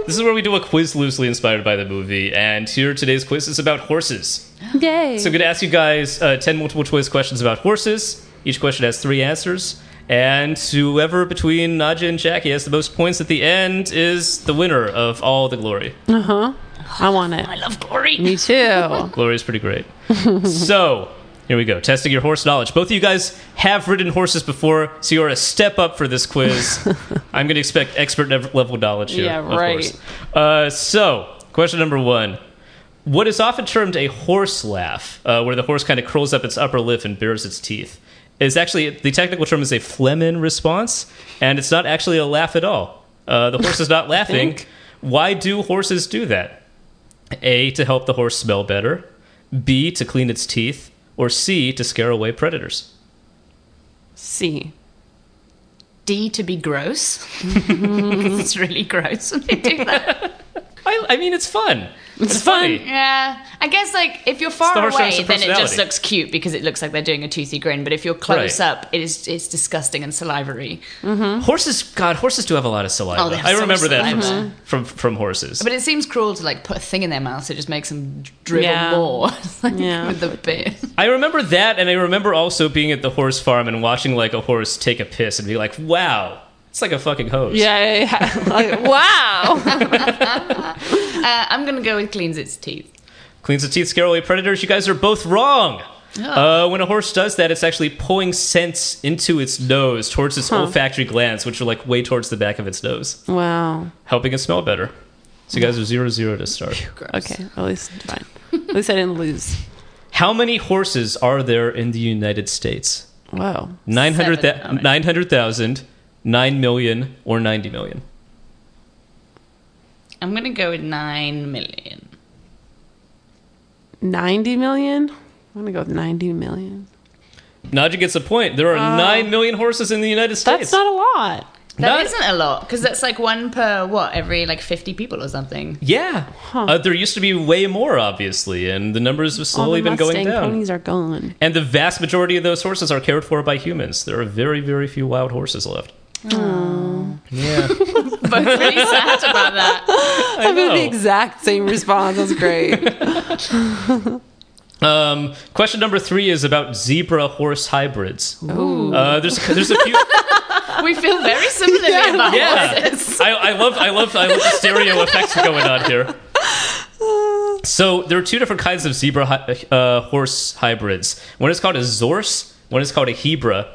S1: This is where we do a quiz loosely inspired by the movie, and here today's quiz is about horses.
S8: Yay.
S1: So I'm going to ask you guys uh, 10 multiple choice questions about horses. Each question has three answers. And whoever between Naja and Jackie has the most points at the end is the winner of all the glory.
S8: Uh-huh. I want it.
S7: I love glory.
S8: Me too.
S1: Glory is pretty great. so here we go. Testing your horse knowledge. Both of you guys have ridden horses before, so you're a step up for this quiz. I'm going to expect expert nev- level knowledge here.
S8: Yeah,
S1: of
S8: right.
S1: course. Uh, so, question number one what is often termed a horse laugh, uh, where the horse kind of curls up its upper lip and bares its teeth, is actually the technical term is a phlegmin response, and it's not actually a laugh at all. Uh, the horse is
S7: [laughs]
S1: not laughing. Why do horses do that? A to help the horse smell better, B to clean its teeth, or C to scare away predators.
S8: [laughs] C.
S7: D to be gross. [laughs] 'Cause it's really gross when they do that.
S1: I, I mean, it's fun. It's,
S8: fun.
S1: funny.
S7: [laughs] Yeah, I guess like if you're far
S1: the horse
S7: away,
S1: has a
S7: then it just
S1: personality.
S7: looks cute because it looks like they're doing a toothy grin. But if you're close
S1: Right.
S7: up, it is it's disgusting and salivary.
S1: Horses, God, horses do have a lot of saliva.
S7: Oh, they have
S1: I
S7: so much
S1: remember that
S7: saliva.
S1: from, from from horses.
S7: But it seems cruel to like put a thing in their mouth, so it just makes them dribble
S8: Yeah.
S7: more [laughs] like,
S8: Yeah.
S7: with the bit.
S1: I remember that, and I remember also being at the horse farm and watching like a horse take a piss and be like, "Wow, it's like a fucking hose."
S8: Yeah, yeah, [laughs] yeah. Like, wow.
S7: Uh, I'm gonna go with cleans its teeth.
S1: Cleans the teeth, scare away predators. You guys are both wrong. Uh, when a horse does that, it's actually pulling scents into its nose towards its olfactory glands, which are like way towards the back of its nose,
S8: wow.
S1: helping it smell better. So you guys are zero zero to start.
S8: Okay, at least fine. At least I didn't lose.
S1: How many horses are there in the United States?
S8: Whoa.
S1: 900,000,
S7: Seven.
S1: 900,000, 9 million, or 90 million?
S7: I'm gonna go with nine million.
S8: 90 million? I'm going to go with 90 million.
S1: Naja gets a point. There are 9 million horses in the United States.
S8: Oh. That's not a lot.
S1: Not-
S7: That not a lot because that's like one per what every like 50 people or something.
S1: Yeah. Uh, there used to be way more, obviously, and the numbers have slowly
S8: the
S1: been going
S8: Mustang
S1: down.
S8: ponies are gone.
S1: And the vast majority of those horses are cared for by humans. There are very, very few wild horses left. Yeah.
S7: Both really sad about that.
S1: I
S8: I mean,
S1: know.
S8: the exact same response. That's [laughs] great.
S1: Um, question number three is about zebra horse hybrids. Uh, there's there's a
S8: [laughs]
S1: few.
S7: We feel very similarly
S1: [laughs]
S7: about
S1: Yeah,
S7: horses.
S1: I, I love, I love, I love the stereo effects going on here. So there are two different kinds of zebra hy- uh, horse hybrids. One is called a zorse. One is called a hebra.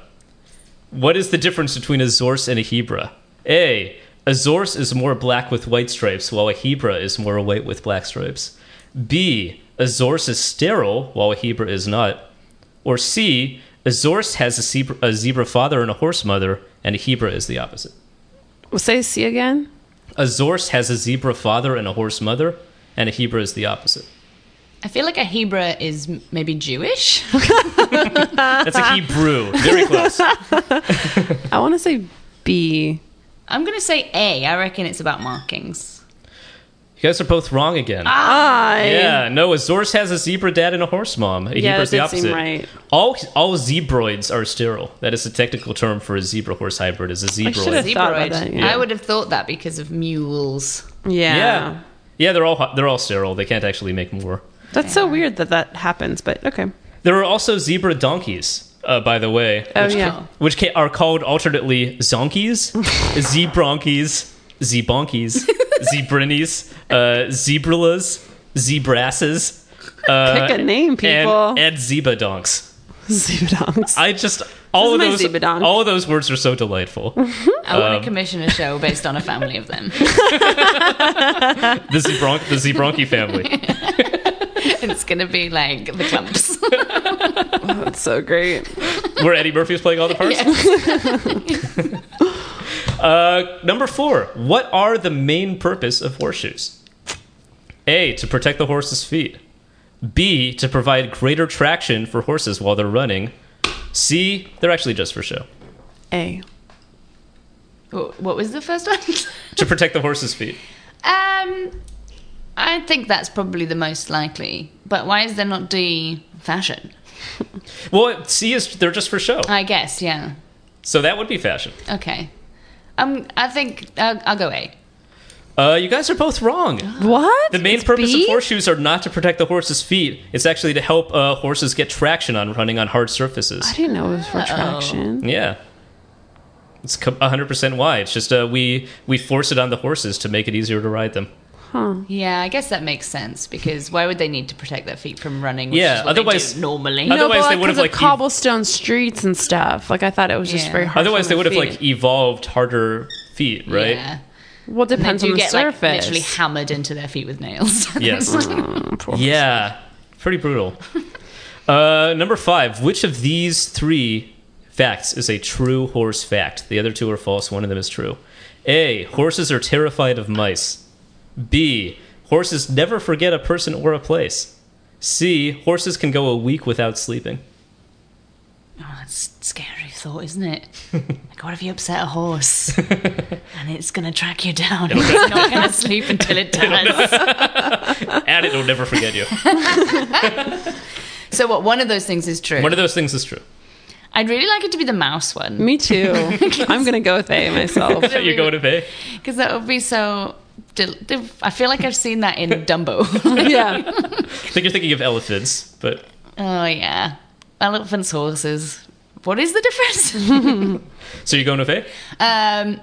S1: What is the difference between a zorse and a hebra? A. A zorse is more black with white stripes, while a hebra is more white with black stripes. B. A zorse is sterile, while a hebra is not. Or C. A zorse has a zebra, a zebra father and a horse mother, and a hebra is the opposite.
S8: Say C again.
S1: A Zorse has a zebra father and a horse mother, and a Hebra is the
S8: [laughs]
S1: opposite.
S7: I feel like a Hebrew is m- maybe Jewish. [laughs]
S1: That's a Hebrew. Very
S8: [laughs]
S1: close.
S8: I want to say B.
S7: I'm going to say A. I reckon it's about markings.
S1: You guys are both wrong again.
S8: I.
S1: Yeah, no, a Zorse has a zebra dad and a horse mom. A Hebra
S8: Yeah, that
S1: is the
S8: did
S1: opposite.
S8: seem right.
S1: All all zebroids are sterile. That is the technical term for a zebra horse hybrid. Is a
S8: should've-
S1: zebroid.
S8: I thought about
S7: Zebroid.
S8: that, yeah.
S7: I would have thought that because of mules.
S8: Yeah.
S1: Yeah, yeah, they're all they're all sterile. They can't actually make more.
S8: That's so weird that that happens, but okay.
S1: There are also zebra donkeys, uh, by the way,
S8: Oh,
S1: which,
S8: yeah.
S1: which ca- are called alternately
S8: [laughs]
S1: zonkies, zebronkies, zebonkies, zebrinies, uh, zebrillas, zebrasses, uh,
S8: Pick a name, people.
S1: and, and zebadonks.
S8: [laughs] Zoodonks.
S1: I just all of
S8: This
S1: those
S8: is my zebadonk.
S1: all of those words are so delightful.
S7: I want to commission a show based on a family of them.
S1: the zebronk, the zebronki
S8: [laughs]
S1: family.
S7: it's going to be like the clumps. [laughs]
S8: That's so great.
S1: where Eddie Murphy was playing all the parts. [laughs] uh, number four. What are the main purpose of horseshoes? A. To protect the horse's feet. B. To provide greater traction for horses while they're running. C. They're actually just for show.
S8: A.
S7: Wh- what was the first one? [laughs]
S1: To protect the horse's feet.
S7: um, I think that's probably the most likely. But why is there not D? Fashion.
S1: Well, C is they're just for show.
S7: I guess, yeah.
S1: So that would be fashion.
S7: Okay. Um, I think I'll, I'll go A.
S1: Uh, you guys are both wrong.
S8: What?
S1: The main purpose
S8: Oh, B?
S1: of horseshoes are not to protect the horse's feet. It's actually to help uh, horses get traction on running on hard surfaces.
S8: I didn't know it was for traction.
S1: Yeah. It's co- 100% why. It's just uh, we we force it on the horses to make it easier to ride them.
S7: Yeah, I guess that makes sense because why would they need to protect their feet from running? Which
S1: Yeah,
S7: is what they
S1: otherwise-
S7: do normally.
S1: No, Otherwise, they
S8: like,
S1: would've,
S8: 'cause of
S1: like, ev-
S8: cobblestone streets and stuff. Like I thought it was just
S7: Yeah.
S8: very hard.
S1: Otherwise,
S8: on
S1: they
S8: my
S1: would have
S8: feet.
S7: [laughs]
S1: like evolved harder feet, right?
S7: Yeah.
S8: Well,
S7: And they
S8: depends
S7: do
S8: on the
S7: get,
S8: surface.
S7: Like, literally hammered into their feet with nails. [laughs]
S1: Yes. [laughs] yeah. Pretty brutal. Uh, number five. Which of these three facts is a true horse fact? The other two are false. One of them is true. A. Horses are terrified of mice. B. Horses never forget a person or a place. C. Horses can go a week without sleeping.
S7: Oh, that's a scary thought,
S1: [laughs]
S7: isn't it? like, what if you upset a horse and it's going to track you down? and It's not going to sleep until
S1: [laughs]
S7: it does.
S1: And it'll never forget you.
S7: so, what? One of those things is true.
S1: One of those things is true.
S7: I'd really like it to be the mouse one
S8: Me too.
S7: [laughs]
S8: I'm gonna go with A myself.
S1: [laughs] you go to pay.
S7: because that would be so. del- del- I feel like I've seen
S1: [laughs]
S7: that in Dumbo. [laughs]
S8: [laughs] yeah.
S1: I think you're thinking of elephants, but
S7: oh yeah, elephants, horses. What is the difference? [laughs]
S1: so you're going with
S8: [laughs]
S1: A?
S7: Um,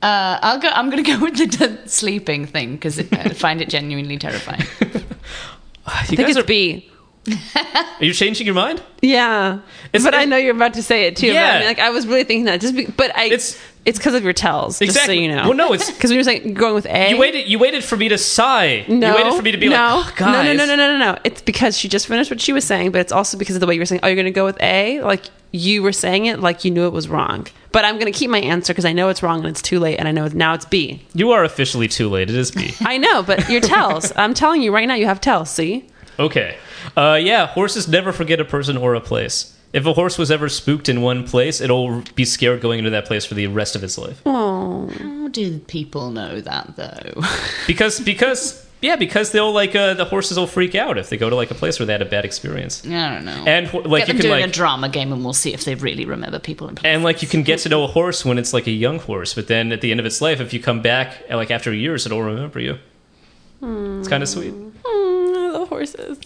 S7: uh, I'll go. I'm going to go with the d- sleeping thing because I find it genuinely terrifying.
S1: You
S8: I think
S1: guys
S8: it's
S1: are,
S8: B.
S1: are you changing your mind?
S8: Yeah.
S1: It's-
S8: but I
S1: it-
S8: know you're about to say it too. but
S1: Yeah.
S8: I mean, like I was really thinking that just be, but I
S1: It's-
S8: it's it's because of your tells. Just so
S1: Exactly.
S8: you know.
S1: Well,
S8: [laughs]
S1: no, it's-
S8: because we were saying you're going with A.
S1: You waited. You waited for me to sigh.
S8: No,
S1: You waited for me to be
S8: no,
S1: like, oh, guys.
S8: no, no, no, no, no, no, no. It's because she just finished what she was saying, but it's also because of the way you were saying, "Oh, you're going to go with A." Like you were saying it, like you knew it was wrong. But I'm going to keep my answer because I know it's wrong and it's too late, and I know it's, now it's B.
S1: You are officially too late. It is
S8: [laughs]
S1: B.
S8: I know, but your tells. I'm telling you right now, you have tells. See,
S1: okay. Uh, yeah. Horses never forget a person or a place. If a horse was ever spooked in one place, it'll be scared going into that place for the rest of its life.
S7: [laughs] How do people know that though? [laughs]
S1: Because, because, yeah, because they'll like uh, the horses will freak out if they go to like a place where they had a bad experience.
S7: I don't know.
S1: And ho- like
S7: Get them
S1: you can
S7: doing
S1: like
S7: a drama game, and we'll see if they really remember people in place.
S1: and like you can get to
S7: [laughs]
S1: know a horse when it's like a young horse, but then at the end of its life, if you come back uh, like after years, it'll remember you.
S7: Hmm.
S1: It's kind of sweet.
S8: I love horses.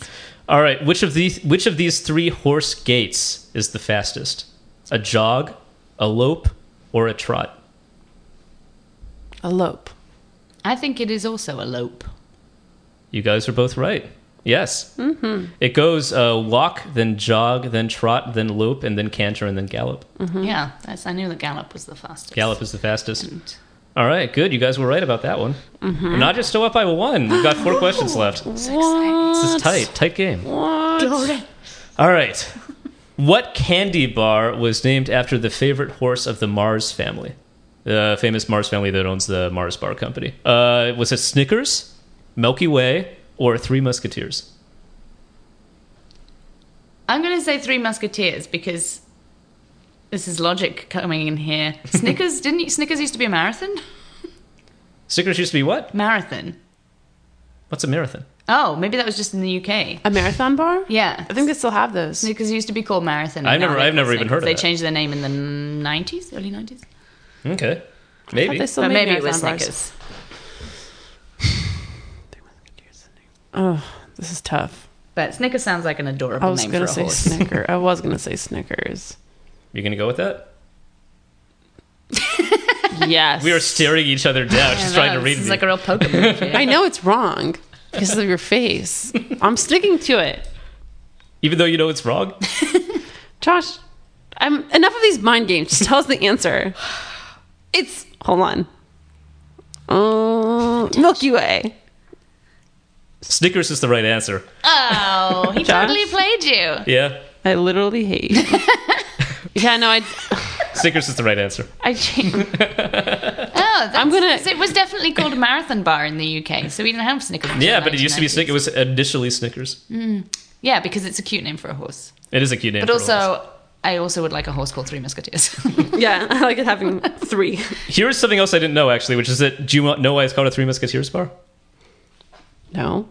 S1: All right, which of these which of these three horse gaits is the fastest? A jog, a lope, or a trot?
S8: A lope.
S7: I think it is also a lope.
S1: You guys are both right. Yes. Mm-hmm. It goes uh, walk, then jog, then trot, then lope, and then canter, and then gallop.
S7: Yeah, that's, I knew the gallop was the fastest.
S1: Gallop is the fastest. All right, good. You guys were right about that one. Mm-hmm. Not just still up by one. We've got four questions left. This is tight, tight game. All right. What candy bar was named after the favorite horse of the Mars family? The famous Mars family that owns the Mars Bar Company. Uh, was it Snickers, Milky Way, or Three Musketeers?
S7: I'm going to say Three Musketeers because this is logic coming
S1: [laughs]
S7: in here. Snickers didn't you, Snickers used to be a marathon?
S1: Snickers used to be what?
S7: Marathon.
S1: What's a marathon?
S7: Oh, maybe that was just in the UK.
S8: A marathon bar.
S7: Yeah,
S8: I think they still have those.
S7: Snickers used to be called Marathon. and
S1: I've
S7: now
S1: never-
S7: they're
S1: I've never
S7: called
S1: even
S7: Snickers.
S1: heard of
S7: They
S1: that.
S7: changed their name in the 90s, early 90s.
S1: Okay.
S8: I thought
S1: Maybe.
S8: they still
S7: But
S8: made
S7: maybe it was
S8: marathon bars.
S7: Snickers.
S8: Oh, this is tough.
S7: But Snickers sounds like an adorable
S8: I was
S7: name
S8: gonna
S7: for a
S8: say
S7: horse.
S8: Snicker. I was gonna say Snickers.
S1: You're going to go with that?
S8: Yes,
S1: We are staring each other
S7: [laughs]
S1: down, just trying to read
S7: This is
S1: me.
S7: like a real
S8: [laughs]
S7: Pokemon.
S8: I know it's wrong because of your face. I'm sticking to it.
S1: Even though you know it's wrong?
S8: Josh, I'm enough of these mind games. Just tell us the answer. [sighs] It's hold on. Uh, Milky Way.
S1: Snickers is the right answer.
S7: Oh, he
S8: Josh?
S7: totally played you.
S1: Yeah.
S8: I literally hate. you. [laughs] yeah, no, I.
S1: Snickers is the right answer.
S8: I changed.
S7: Oh,
S8: I'm gonna.
S7: So it was definitely called a marathon bar in the UK, so we didn't have Snickers. until
S1: Yeah, but it used to be
S7: 1990s.
S1: Snickers. It was initially Snickers.
S7: Yeah, because it's a cute name for a horse.
S1: It is a cute name.
S7: Mm. But
S1: for a horse.
S7: also, I also would like a horse called Three Musketeers. [laughs]
S8: Yeah, I like it having three.
S1: Here's something else I didn't know actually, which is that do you know why it's called a Three Musketeers bar?
S8: No.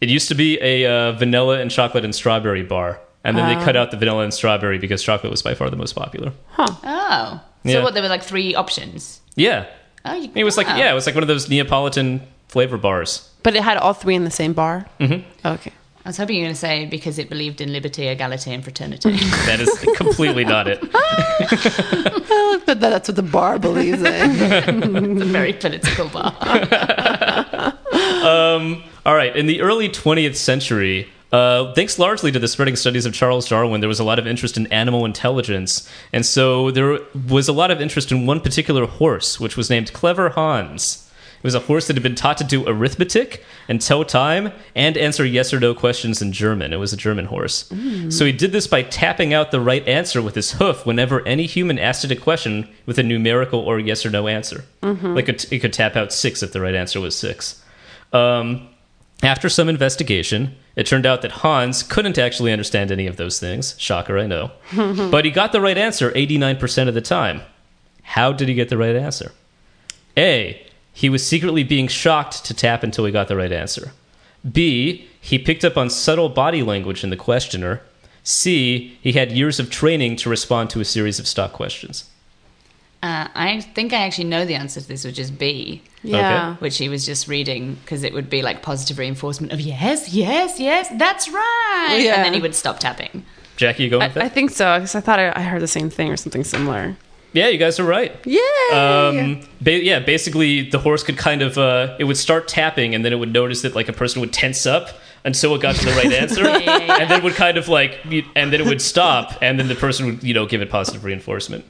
S1: It used to be a uh, vanilla and chocolate and strawberry bar, and then they cut out the vanilla and strawberry because chocolate was by far the most popular.
S7: oh, so
S1: Yeah.
S7: what? There were like three options.
S1: Yeah,
S7: Oh, you,
S1: it was like
S7: wow.
S1: yeah, it was like one of those Neapolitan flavor bars.
S8: But it had all three in the same bar. Mm-hmm. Okay.
S7: I was hoping you were going to say because it believed in liberty, equality, and fraternity. [laughs]
S1: That is completely not it.
S8: But that- that's what the bar believes [laughs] in.
S7: it's a very political bar. [laughs]
S1: All right, in the early 20th century, uh, thanks largely to the spreading studies of Charles Darwin, there was a lot of interest in animal intelligence. And so there was a lot of interest in one particular horse, which was named Clever Hans. It was a horse that had been taught to do arithmetic and tell time and answer yes or no questions in German. It was a German horse. So he did this by tapping out the right answer with his hoof whenever any human asked it a question with a numerical or yes or no answer. Like it, it could tap out six if the right answer was six. Um, after some investigation, it turned out that Hans couldn't actually understand any of those things. Shocker, I know. but he got the right answer 89% of the time. How did he get the right answer? A. He was secretly being shocked to tap until he got the right answer. B. He picked up on subtle body language in the questioner. C. He had years of training to respond to a series of stock questions.
S7: Uh, I think I actually know the answer to this, which is B,
S8: Yeah.
S7: which he was just reading because it would be like positive reinforcement of yes, yes, yes, that's right.
S8: Yeah.
S7: And then he would stop tapping.
S1: Jackie, you going with that?
S8: I, I think so because I thought I, I heard the same thing or something similar.
S1: yeah, you guys are right.
S8: Yay!
S1: Um, ba- yeah, basically the horse could kind of uh, it would start tapping, and then it would notice that like a person would tense up until it got to the right
S7: [laughs]
S1: answer, and then would kind of like, you- and then it would stop, and then the person would you know give it positive
S7: [laughs]
S1: reinforcement.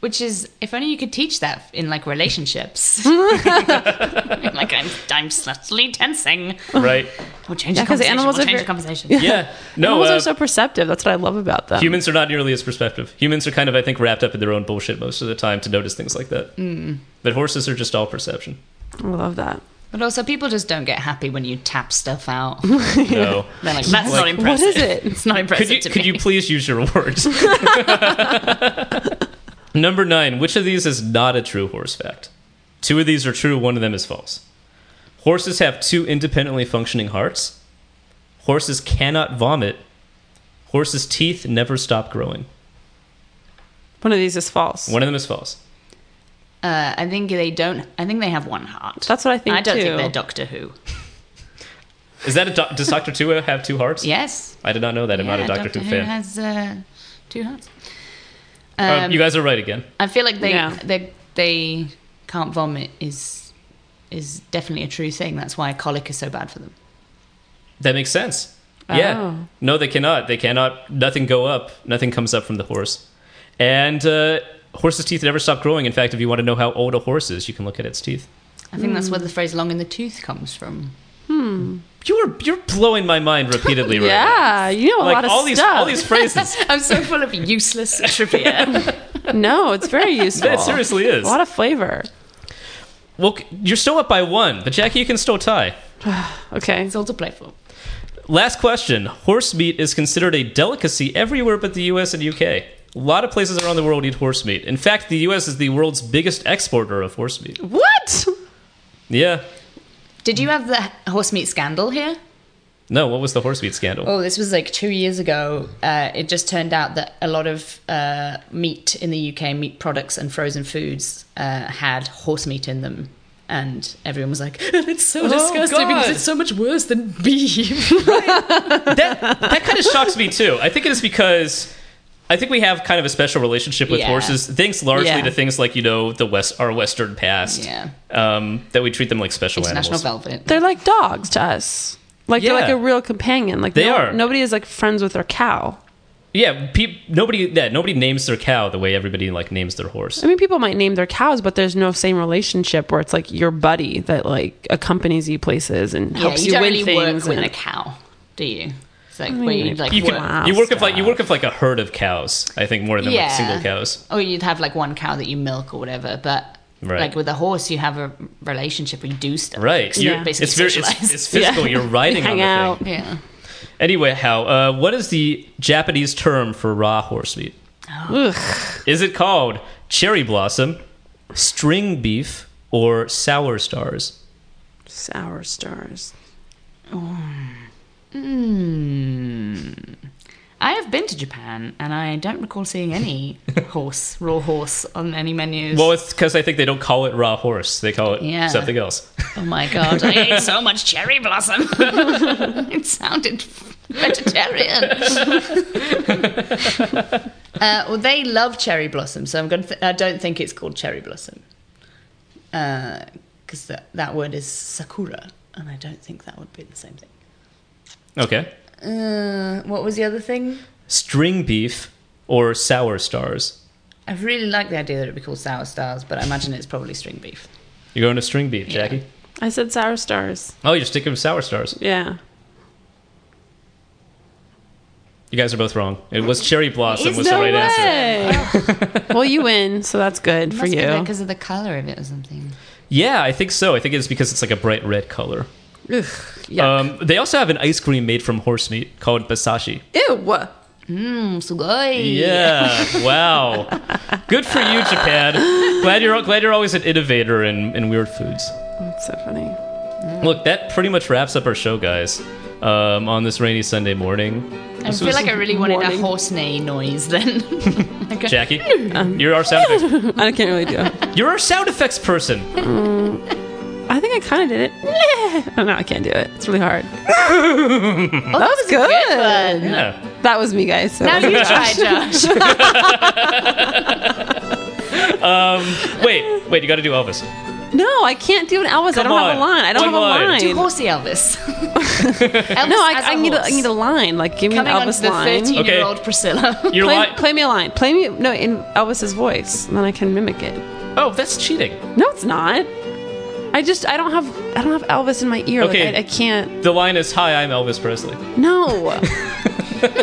S7: Which is, if only you could teach that in like relationships. [laughs]
S8: [laughs]
S7: like I'm, I'm subtly tensing.
S1: Right?
S7: We'll change
S8: Yeah,
S7: the
S8: 'cause the
S7: conversation.
S8: animals
S7: we'll
S8: are
S7: change
S8: very-
S7: the conversation.
S1: Yeah. No.
S8: Animals
S1: Uh,
S8: are so perceptive. That's what I love about them.
S1: humans are not nearly as perceptive. Humans are kind of I think wrapped up in their own bullshit most of the time to notice things like that. Mm. But horses are just all
S7: [laughs]
S1: perception.
S8: I love that.
S7: But also, people just don't get happy when you tap stuff
S8: [laughs]
S7: out.
S1: No.
S7: They're like, that's not
S8: What
S7: impressive.
S8: is
S7: [laughs]
S8: it?
S7: It's not impressive
S1: could you,
S7: to
S1: could
S7: me.
S1: you please use your
S7: [laughs]
S1: words? Number nine. Which of these is not a true horse fact? Two of these are true. One of them is false. Horses have two independently functioning hearts. Horses cannot vomit. Horses' teeth never stop growing.
S8: One of these is false.
S1: One of them is false.
S7: uh, I think they don't. I think they have one heart.
S8: That's what I think
S7: I don't
S8: too.
S7: think they're Doctor Who.
S1: Is that a doc does Doctor Tua have two hearts?
S7: Yes,
S1: I did not know that. I'm not a
S7: Yeah,
S1: Doctor, Who fan.
S7: has uh, two hearts.
S1: Uh,
S7: Um,
S1: you guys are right again.
S7: I feel like they
S8: Yeah.
S7: they they can't vomit is is definitely a true thing. That's why colic is so bad for them.
S1: That makes sense. Yeah.
S8: Oh.
S1: No, they cannot. They cannot. Nothing go up. Nothing comes up from the horse. And uh, horses' teeth never stop growing. In fact, if you want to know how old a horse is, you can look at its teeth.
S7: I think that's where
S8: Hmm.
S7: the phrase "long in the tooth" comes from.
S1: You're you're blowing my mind repeatedly. right now.
S8: [laughs] yeah, you know a
S1: Like
S8: lot of
S1: all these
S8: stuff. [laughs]
S1: all these phrases.
S7: [laughs] I'm so full of useless trivia.
S8: No, it's
S1: [laughs]
S8: very useful.
S1: That seriously is.
S8: a lot of flavor.
S1: Well, c- you're still up by one, but Jackie, you can still tie.
S8: Okay,
S7: It's all to play for.
S1: Last question. Horse meat is considered a delicacy everywhere but the US and UK. A lot of places around the world eat horse meat. In fact, the US is the world's biggest exporter of horse meat.
S8: what?
S1: Yeah.
S7: Did you have the horse meat scandal here?
S1: No, what was the horse meat scandal?
S7: Oh, this was like two years ago. Uh, it just turned out that a lot of uh, meat in the UK, meat products and frozen foods, uh, had horse meat in them. And everyone was like, [laughs] it's
S1: Oh,
S7: so disgusting because
S1: God.
S7: it's so much worse than beef.
S1: that that kind of shocks me too. I think it is because I think we have kind of a special relationship with
S7: Yeah.
S1: horses, thanks largely
S8: Yeah.
S1: to things like you know the west our Western past,
S7: Yeah.
S1: um, that we treat them like special
S7: International
S1: animals.
S7: velvet.
S8: They're like dogs to us. Like
S1: Yeah.
S8: they're like a real companion. Like
S1: They
S8: no-
S1: are.
S8: Nobody is like friends with their cow.
S1: yeah, pe- nobody yeah, nobody names their cow the way everybody like names their horse.
S8: I mean, people might name their cows, but there's no same relationship where it's like your buddy that like accompanies you places and
S7: Yeah,
S8: helps
S7: you,
S8: you,
S7: don't
S8: win
S7: really work
S8: things.
S7: with
S8: and-
S7: a cow, do you? It's like where you like
S1: You
S7: work.
S1: can
S8: Wow,
S1: you work with like you
S8: stop.
S1: work with like a herd of cows. I think more than like
S7: Yeah.
S1: single cows.
S7: Or you'd have like one cow that you milk or whatever, but.
S1: Right.
S7: Like with a horse, you have a relationship where you do stuff.
S1: Right,
S7: You
S1: You-
S7: basically
S1: it's very it's,
S7: socialize.
S1: it's [laughs] physical.
S8: Yeah.
S1: You're riding
S8: [laughs] Hang
S1: on the
S8: out.
S1: thing.
S7: [laughs] yeah.
S1: Anyway, how uh, what is the Japanese term for raw horse meat?
S8: Ugh.
S1: Is it called cherry blossom, string beef, or sour stars?
S8: Sour stars.
S7: Hmm. I have been to Japan and I don't recall seeing any horse, raw horse on any menus.
S1: Well, it's because I think they don't call it raw horse; they call it
S7: Yeah.
S1: something else.
S7: oh my god, I ate so much cherry blossom. [laughs] it sounded vegetarian. uh, well, they love cherry blossom, so I'm going. to Th- I don't think it's called cherry blossom because that that word is sakura, and I don't think that would be the same thing.
S1: Okay,
S7: Uh, what was the other thing?
S1: string beef or sour stars?
S7: I really like the idea that it'd be called sour stars, but I imagine it's probably string beef.
S1: You're going to string beef, Jackie.
S8: I said sour stars.
S1: Oh, you're sticking with sour stars.
S8: Yeah.
S1: You guys are both wrong. It was cherry blossom
S7: Is
S1: was the
S7: no
S1: right answer. [laughs]
S8: well, you win, so that's good for
S7: Must be
S8: you.
S7: because of the color of it or something.
S1: Yeah, I think so. I think it's because it's like a bright red color.
S8: Yeah.
S1: Um, they also have an ice cream made from horse meat called basashi.
S8: Ew.
S7: Mm, sugoi.
S1: Yeah. wow. Good for you, Japan. Glad you're glad you're always an innovator in, in weird foods.
S8: That's so funny.
S1: Look, that pretty much wraps up our show, guys. Um, on this rainy Sunday morning,
S7: I feel like I really wanted a horse neigh noise [laughs] then. Like a-
S1: Jackie, you're our sound
S8: [laughs]
S1: effects.
S8: I can't really do
S1: [laughs]
S8: it.
S1: You're our sound effects person.
S8: I think I kind of did it. [laughs] Oh, no, I can't do it. It's
S1: [laughs]
S8: really hard.
S7: Oh, that was
S8: good.
S7: one.
S1: Yeah.
S8: That was me, guys. So.
S7: Now you try, Josh.
S1: Um, Wait, wait. You got to do Elvis.
S8: [laughs] no, I can't do an Elvis. I
S1: Come
S8: don't have
S1: on.
S8: a line. I don't
S1: One line.
S8: have a
S7: Do
S8: line.
S7: horsey Elvis. Elvis
S8: No, I,
S7: as
S8: I
S7: a
S8: need a, I
S7: horse.
S8: need a line. Like, give me
S7: Coming
S8: an
S7: on to
S8: Elvis
S7: the
S8: line.
S7: 13 year old
S1: Okay.
S7: Priscilla.
S1: You're
S8: Play,
S1: li-
S8: play me a line. Play me no in Elvis's voice, and then I can mimic it.
S1: Oh, that's cheating.
S8: No, it's not. I just I don't have I don't have Elvis in my ear.
S1: Okay.
S8: Like, I, I can't.
S1: The line is, "Hi, I'm Elvis Presley."
S8: No.
S1: [laughs]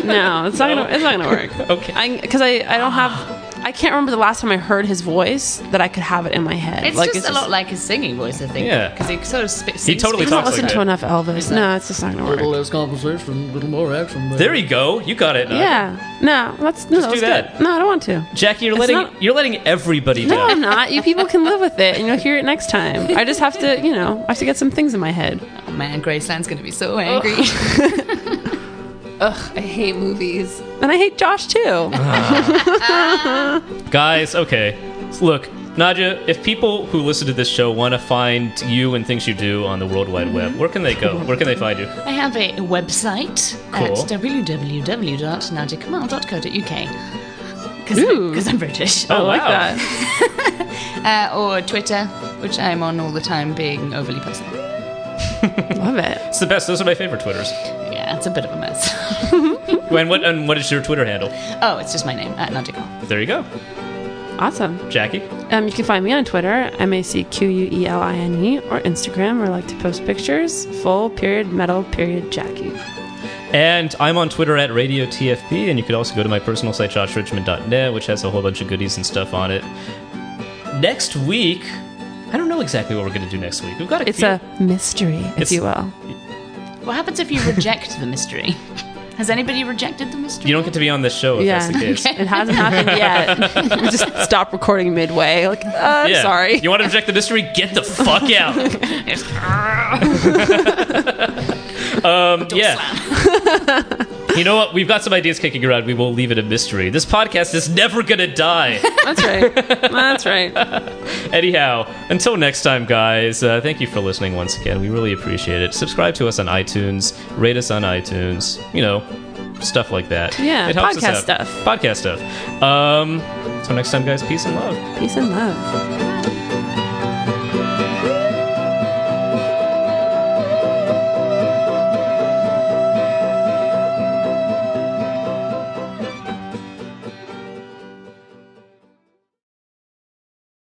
S8: no, it's not gonna it's not gonna work.
S1: Okay.
S8: I because I I don't have I can't remember the last time I heard his voice that I could have it in my head.
S7: It's just a lot like his singing voice, I think.
S1: Yeah.
S7: Because he sort of sp- sings.
S1: totally
S8: I
S1: talks
S8: don't
S1: like
S8: listen
S1: that.
S8: to enough Elvis. No, it's just not gonna work.
S11: less conversation, a little more action. baby.
S1: There you go. You got it.
S8: Yeah. No, that's no.
S1: Just do
S8: that's good.
S1: that.
S8: No, I don't want to.
S1: Jackie, you're
S8: It's
S1: letting
S8: not-
S1: you're letting everybody
S8: No, I'm
S1: down.
S8: not. You people can live with it, and you'll hear it next time. I just have to, you know, I have to get some things in my head.
S7: Oh man, Graceland's going to be so angry. [laughs] Ugh, I hate movies.
S8: And I hate Josh too.
S1: [laughs] Guys, okay. Look, Nadia, if people who listen to this show want to find you and things you do on the World Wide
S8: Mm-hmm.
S1: Web, where can they go? Where can they find you?
S7: I have a website at
S1: Cool.
S7: www.nadiakamal.co.uk.
S8: Ooh.
S7: Because I'm British.
S1: Oh,
S8: like
S1: wow.
S8: that.
S7: Uh, or Twitter, which I'm on all the time being overly personal.
S8: Love it.
S1: It's the best. Those are my favorite Twitters.
S7: Yeah, it's a bit of a mess. [laughs]
S1: And what and what is your Twitter handle?
S7: oh, it's just my name, at Nadikamal.
S1: There you go,
S8: Awesome.
S1: Jackie.
S8: Um, you can find me on Twitter, M A C Q U E L I N E, or Instagram, where I like to post pictures. Full period metal period Jackie.
S1: And I'm on Twitter at Radio TFP, and you could also go to my personal site, joshrichmond.net, which has a whole bunch of goodies and stuff on it. Next week, I don't know exactly what we're going to do next week. We've got a
S8: It's
S1: few-
S8: a mystery, if
S1: It's-
S8: you will.
S7: What happens if you reject the mystery? Has anybody rejected the mystery?
S1: you don't get to be on this show if that's
S8: [laughs]
S1: the case.
S8: it hasn't happened yet.
S1: [laughs]
S8: we just stop recording midway. Like, uh, I'm
S1: Yeah.
S8: sorry.
S1: You want to reject the mystery? Get the
S8: [laughs]
S1: fuck out. um, yeah. you know what? We've got some ideas kicking around. We will leave it a mystery. This podcast is never going to
S8: [laughs]
S1: die.
S8: That's
S1: [laughs]
S8: right. That's right.
S1: Anyhow, until next time, guys, uh, thank you for listening once again. We really appreciate it. Subscribe to us on iTunes, rate us on iTunes, you know, stuff like that.
S8: Yeah,
S1: it helps
S8: podcast
S1: us out.
S8: stuff.
S1: Podcast stuff. Um, until next time, guys, peace and love.
S8: Peace and love.
S7: Bye.